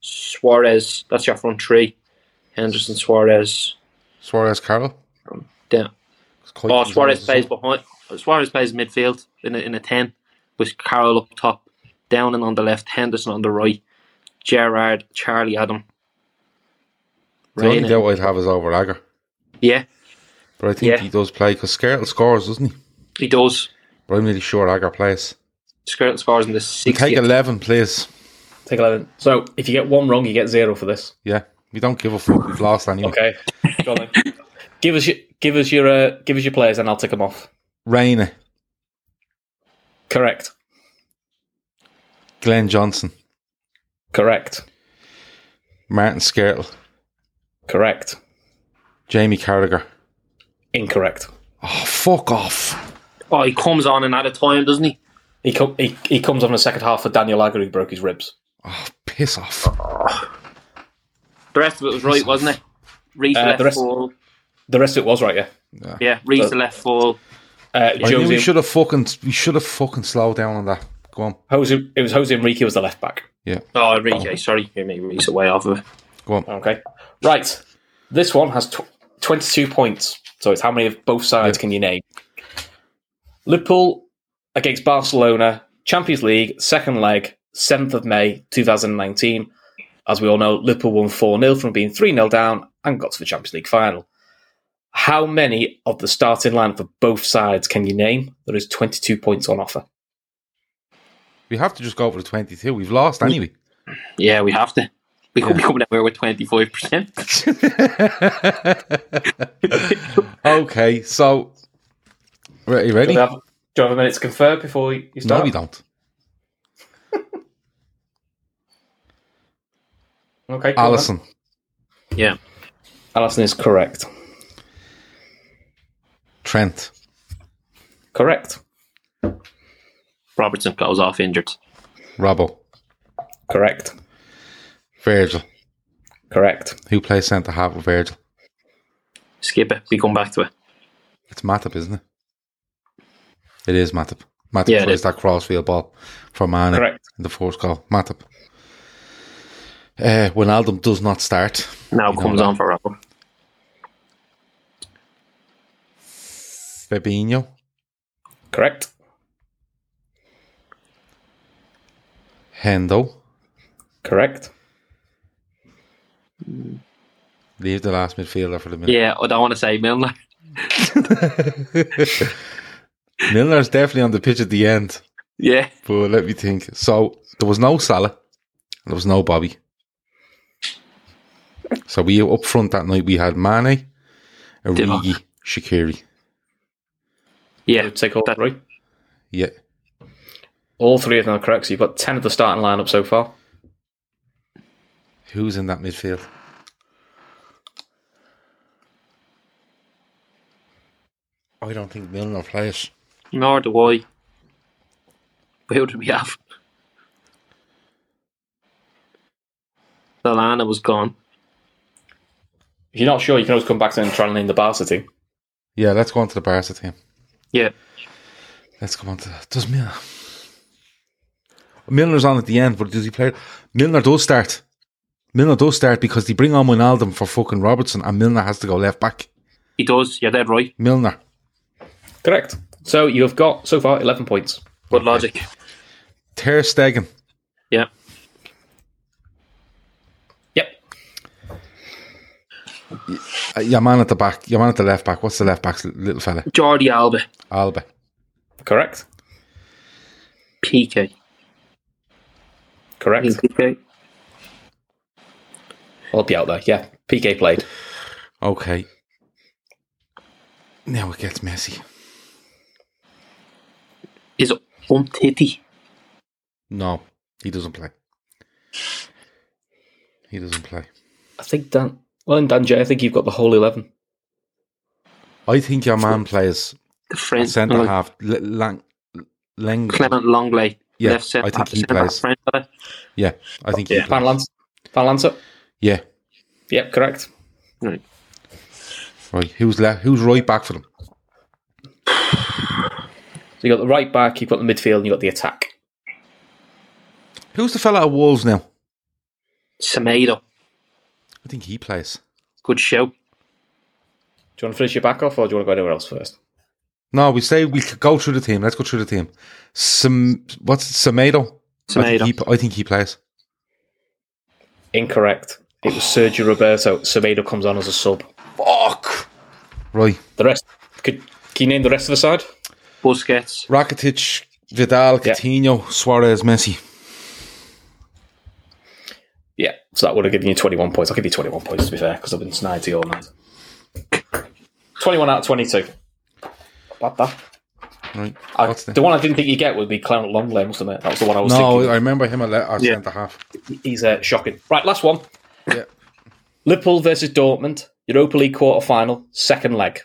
Suarez. That's your front three. Henderson, Suarez.
Suarez Carroll.
Down.
It's quite
Oh,
some
Suarez
size,
plays
isn't it?
behind. Suarez plays midfield in a, in a ten with Carroll up top, down and on the left, Henderson on the right, Gerard, Charlie Adam.
The only
Reina.
doubt I'd have is over Agar.
Yeah,
But I think
Yeah.
he does play because Skirtle scores, doesn't he?
he does.
But I'm really sure Agar plays.
Skirtle scores in the
Take
60th.
11, please.
Take eleven. So if you get one wrong, you get zero for this.
Yeah. We don't give a fuck. We've lost anyway.
Okay. Go on then. give us your give us your uh, give us your players, and I'll tick them off.
Reina.
Correct.
Glenn Johnson,
Correct.
Martin Skirtle,
Correct.
Jamie Carragher.
Incorrect.
Oh, fuck off.
Oh, he comes on and at a time, doesn't he?
He, com- he, he comes on in the second half for Daniel Agger, who broke his ribs.
Oh, piss off.
The rest of it was right, wasn't it? Reese
Uh,
left
the rest- Oh.
full.
The rest of it was right, yeah.
Yeah, Reese left full.
Uh,
I knew we
Jose,
should have fucking we should have fucking slowed down on that. Go on.
Jose, it was Jose Enrique was the left back.
Yeah.
Oh, Enrique, sorry. You made Reese away off of it.
Go on.
Okay. Right. This one has tw- 22 points. So it's how many of both sides
Yeah.
can you name? Liverpool against Barcelona, Champions League, second leg, 7th of May 2019. As we all know, Liverpool won 4 0 from being 3 0 down and got to the Champions League final. How many of the starting line for both sides can you name? There is 22 points on offer.
We have to just go for the twenty two. We've lost anyway.
Yeah, we have to. We could be coming out here with 25%.
okay, so Right, you ready?
Do you have, do you have a minute to confer before you start?
No, we don't.
Okay. cool,
Allison,
Yeah.
then. Allison is correct.
Trent,
Correct.
Robertson goes off injured.
Robbo,
Correct.
Virgil.
Correct.
Who plays centre half with Virgil?
Skip it. We come back to it.
It's Matip, isn't it? It is Matip. Matip
Yeah, it
plays
is.
that crossfield ball for Mane
Correct.
in the fourth goal. Matip. Uh, when Aldum does not start,
Now comes
that.
on for Robert.
Fabinho,
Correct.
Hendo,
Correct.
leave the last midfielder for the minute.
Yeah, I don't want to say Milner.
Milner's definitely on the pitch at the end,
Yeah.
but let me think. So there was no Salah, there was no Bobby. So we up front that night. We had Mane, Origi, Shakiri.
Yeah.
Take all
That-
three.
Yeah,
All three of them are correct. So you've got ten of the starting lineup so far.
who's in that midfield? I don't think Milner plays.
Nor do I. But Who did we have? Lallana was gone.
If you're not sure, you can always come back to it and try and name the Barca team.
Yeah, let's go on to the Barca team.
Yeah.
Let's go on to does Milner. Milner's on at the end, but does he play? Milner does start. Milner does start because they bring on Wijnaldum for fucking Robertson, and Milner has to go left back.
He does. You're dead right.
Milner,
Correct. So you have got so far eleven points.
Good logic.
Ter Stegen,
Yeah.
Yep.
uh, your man at the back, your man at the left back. What's the left back's l- little fella?
Jordi Alba.
Alba,
Correct.
PK.
Correct.
PK.
I'll be out there. Yeah. PK played.
Okay. Now it gets messy.
Is Umtiti.
No, he doesn't play. He doesn't play.
I think Dan. Well, in Dan J, I think you've got the whole eleven.
I think your man plays
The French.
centre
like,
half. L- lang, lang,
Clement Longley.
Yeah,
left centre
I think he
centre half,
plays.
French fella.
yeah, I think.
Yeah.
Yeah,
Van Lans. Van Lancer.
yeah.
Yep. Correct.
Right.
Right. Who's left? Who's right back for them?
So you have got the right back. You've got the midfield. and You have got the attack.
Who's the fella at Wolves now?
Semedo.
I think he plays.
Good show.
Do you want to finish your back off, or do you want to go anywhere else first?
No, we say we could go through the team. Let's go through the team. Some what's Semedo? I think,
Semedo.
he, I think he plays.
Incorrect. It was Sergio Roberto. Semedo comes on as a sub.
Fuck. Right.
The rest could can you name the rest of the side?
Busquets.
Rakitic, Vidal,
Yeah.
Coutinho, Suarez, Messi.
Yeah, so that would have given you 21 points. I'll give you 21 points to be fair, because I've been snidey all night. 21 out of 22. Not Bad that.
Right.
I,
What's the-
the one I didn't think you'd get would be Clarence Longley, wasn't it? That was the one I was
no, I
thinking.
remember him. I, let, I
Yeah.
sent a half.
He's uh, shocking. Right, last one.
Yeah.
Liverpool versus Dortmund, Europa League quarter final, second leg.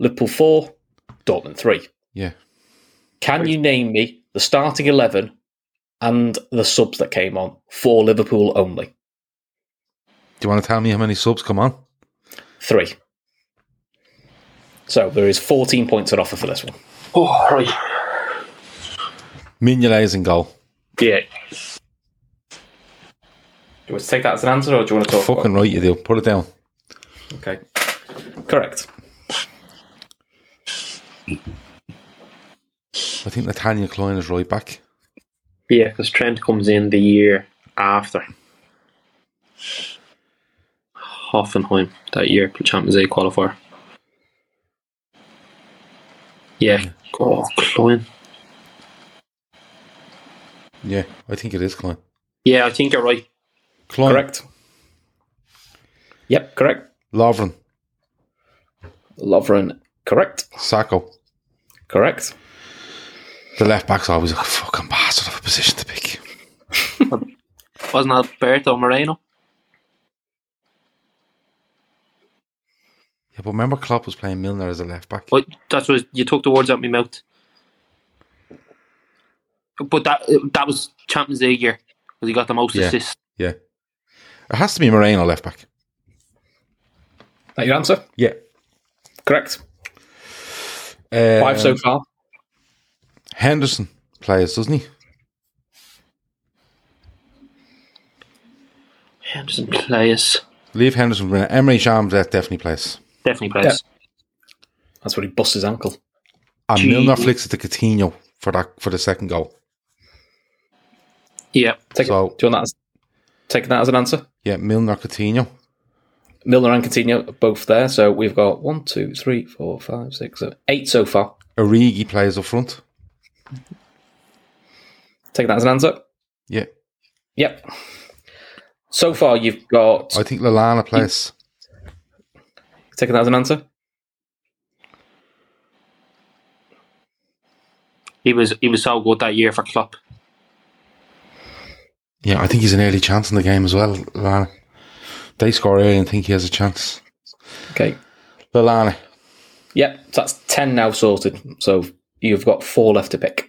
Liverpool 4, Dortmund 3.
Yeah.
Can you name me the starting 11 and the subs that came on for Liverpool only?
Do you want to tell me how many subs come on?
Three. So there is 14 points on offer for this one.
Oh, right.
Mignolet's in goal.
Yeah.
Do you want to take that as an answer or do you want to talk
Fucking right, you do. Put it down.
Okay. Correct.
I think Nathaniel Klein is right back.
Yeah, because Trent comes in the year after Hoffenheim that year, Champions League qualifier. Yeah, oh, Klein.
Yeah, I think it is Klein.
Yeah, I think you're right.
Klein,
Correct. Yep, correct.
Lovren,
Lovren, correct.
Sacco.
Correct.
The left back's always a fucking bastard of a position to pick.
Wasn't Alberto Moreno?
Yeah, but remember Klopp was playing Milner as a left back.
But that's what you took the words out of my mouth. But that that was Champions League year because he got the most
Yeah.
assists.
Yeah. It has to be Moreno left back.
That your answer?
Yeah.
Correct.
Um,
Five so far.
Henderson plays, doesn't he?
Henderson players
Leave Henderson. for a minute. Emery Shams that definitely plays.
definitely players.
That's when he busts his ankle.
And
Gee.
Milner flicks it to Coutinho for that for the second goal.
Yeah,
Take
So-
it. Do you want that as, taking that as an answer?
Yeah, Milner Coutinho.
Milner and Coutinho are both there, so we've got one, two, three, four, five, six, seven, eight so far.
Origi plays up front.
Take that as an answer.
Yeah.
Yep. So far, you've got
I think Lalana plays.
taken that as an answer.
he was he was so good that year for Klopp.
Yeah, I think he's an early chance in the game as well, Lalana. They score early and think he has a chance.
Okay.
Lalana.
Yep. So that's ten now sorted. So you've got four left to pick.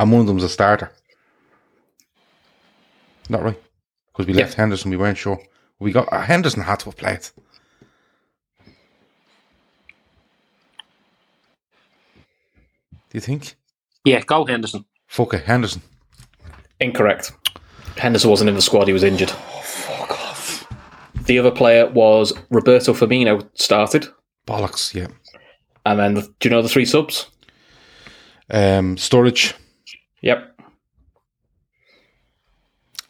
And one of them's a starter. Not right. Because we left Henderson, we weren't sure. We got uh, Henderson had to have played. Do you think?
Yeah, go Henderson.
Fuck it, Henderson.
Incorrect. Henderson wasn't in the squad. He was injured. The other player was Roberto Firmino started,
Bollocks, yeah.
and then the, do you know the three subs?
Um, Storage,
Yep.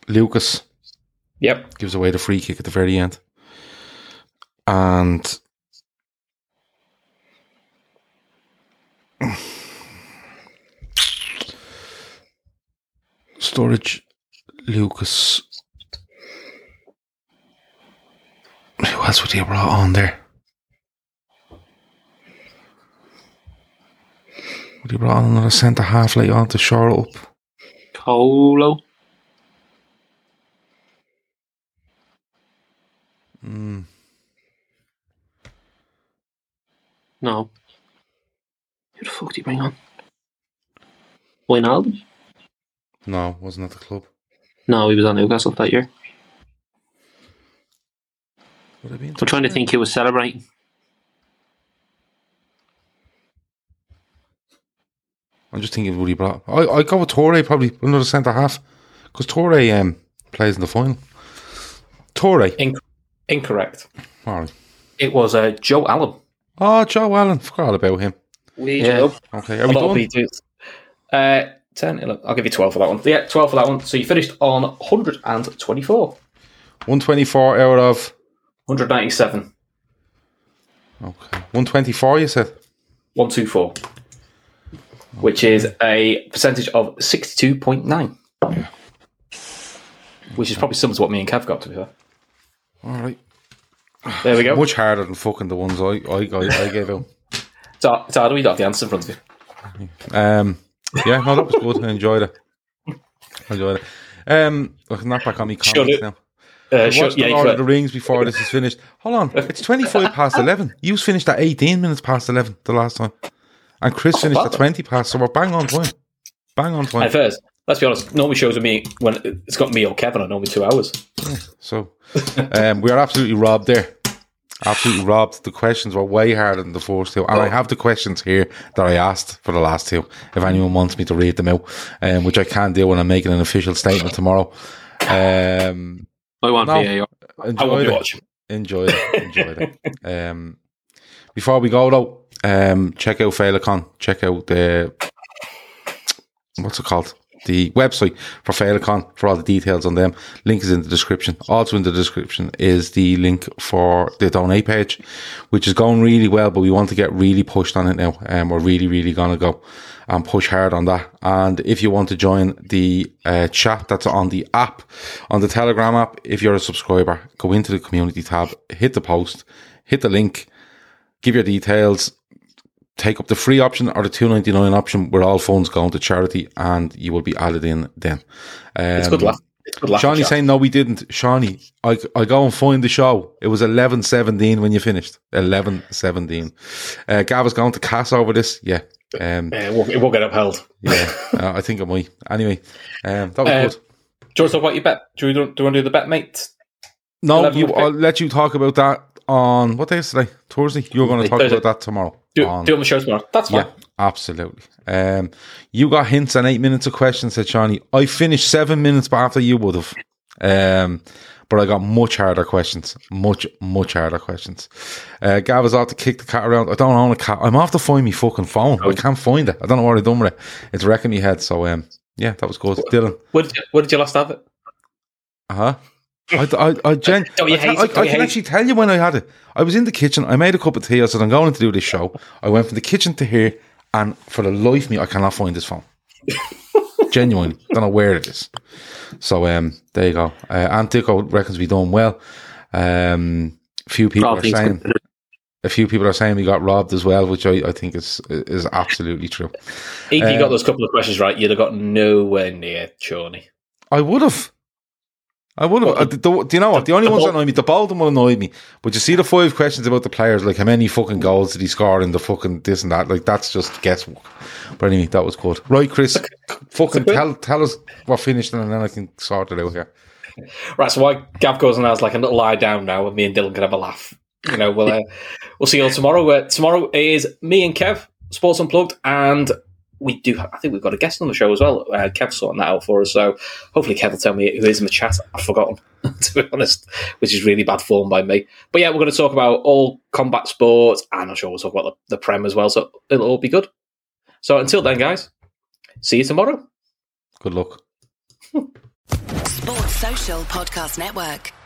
Lucas
Yep.
gives away the free kick at the very end. And [SIGHS] Storage, Lucas. Who else would he have brought on there? Would he brought on another centre half late on to shore it up?
Colo.
Mm.
No. Who the fuck did he bring on? Wijnaldum?
No, wasn't at the club.
No, he was on Newcastle that year.
Would it be
I'm trying to think who was celebrating.
I'm just thinking, would he brought? I I go with Torre probably another centre half because Torre um, plays in the final. Torre,
Inc- incorrect.
all right.
It was uh, Joe Allen.
Oh, Joe Allen, forgot about him.
Yeah.
Okay, are
A
we
lot
done?
of people do it. Uh, 10, 11, I'll give you 12 for that one. Yeah, 12 for that one. So you finished on 124.
One twenty-four out of
197.
okay, one twenty-four. You said
124. Which is a percentage of 62.9. Which is probably similar to what me and Kev got, to be fair.
all right.
There we go.
Much harder than fucking the ones I I, I, I gave out.
So, so how do we got the answer in front of you?
Um, yeah, no, that was good. I enjoyed it. I enjoyed it. Um, I can knock back on me
Shut
comments
it.
now.
Uh,
Watch
sure, yeah,
the
you
Lord of the
could-
Rings before this is finished. Hold on, it's twenty-five past eleven. You was finished at eighteen minutes past eleven the last time,
Oh,
and Chris finished at twenty past. So we're bang on time. Bang on
At
time.
first, let's be honest. Normally shows with me when it's got me or Kevin are normally two hours.
So um, we are absolutely robbed there. Absolutely robbed. The questions were way harder than the first two,
Oh.
and I have the questions here that I asked for the last two. If anyone wants me to read them out, um, which I can do when I'm making an official statement tomorrow. Um,
I want
No.
VAR.
I won't
enjoyed
be
it.
watching.
Enjoyed it. Enjoyed it. Um, before we go though, um, check out Failicon. Check out the what's it called? The website for Failicon for all the details on them. Link is in the description. Also in the description is the link for the donate page, which is going really well, but we want to get really pushed on it now. Um, we're really, really gonna go and push hard on that. And if you want to join the uh, chat that's on the app, on the Telegram app, if you're a subscriber, go into the community tab, hit the post, hit the link, give your details, take up the free option or the two ninety nine option where all funds go to charity, and you will be added in then. Um,
It's good laugh. It's good laugh.
Shawnee
chat.
saying no, we didn't. Shawnee, I I go and find the show. It was eleven seventeen when you finished. Eleven seventeen. Uh, Gav is going to cast over this. Yeah,
[LAUGHS]
um,
Yeah, it, won't, it won't get upheld.
yeah. uh, I think I might. Anyway, um, that was
Uh,
good.
Do you want to talk about your bet? Do you, do you want to do the bet, mate?
No,
11
you,
was
I'll let you talk about that on what day is today? Thursday. You're going to talk
Thursday.
about that tomorrow.
Do,
on-
do it on the show tomorrow. That's fine.
Um, Yeah, absolutely. Um, you got hints and eight minutes of questions, said Shawnee. I finished seven minutes after you would have. Um, but I got much harder questions. Much, much harder questions. Uh, Gav is out to kick the cat around. I don't own a cat. I'm off to find me fucking phone.
Oh.
I can't find it. I don't know what I've done with it. It's wrecking me head. So, um, yeah, that was good. Dylan.
Where, did you, where did you last have it?
Uh-huh. [LAUGHS] I, I, I, gen-
Don't you
I can,
hate it?
I, I
Don't you
can
hate
actually tell you when I had it. I was in the kitchen. I made a cup of tea. I said, I'm going to do this show. I went from the kitchen to here, and for the life of me, I cannot find
[LAUGHS]
this phone. Genuinely. Don't know where it is. So um, there you go. Uh, Antico reckons we done well. Um, few people
All
are
things
saying
considered.
a few people are saying we got robbed as well, which I, I think is is absolutely true.
If you
Um,
got those couple of questions right, you'd have got nowhere near Shawnee.
I would have. I would have.
Well,
Uh, the- the- do you know what? The only
the
ones that
ball-
annoy me, the Bolden one annoyed me. But you see the five questions about the players, like how many fucking goals did he score in the fucking this and that. Like that's just guesswork. But anyway, that was good. Right, Chris, fucking tell tell us what finished and then I can sort it out here.
Right, so why Gav goes and has like a little lie down now, and me and Dylan can have a laugh. You know, we'll uh, we'll see you all tomorrow. Uh, tomorrow is me and Kev Sports Unplugged, and we do. I think we've got a guest on the show as well. Uh, Kev's sorting that out for us, so hopefully Kev will tell me who is in the chat. I've forgotten, [LAUGHS] to be honest, which is really bad form by me. But yeah, we're going to talk about all combat sports, and I'm sure we'll talk about the, the Prem as well. So it'll all be good. So until then, guys, see you tomorrow.
Good luck.
Sports Social Podcast Network.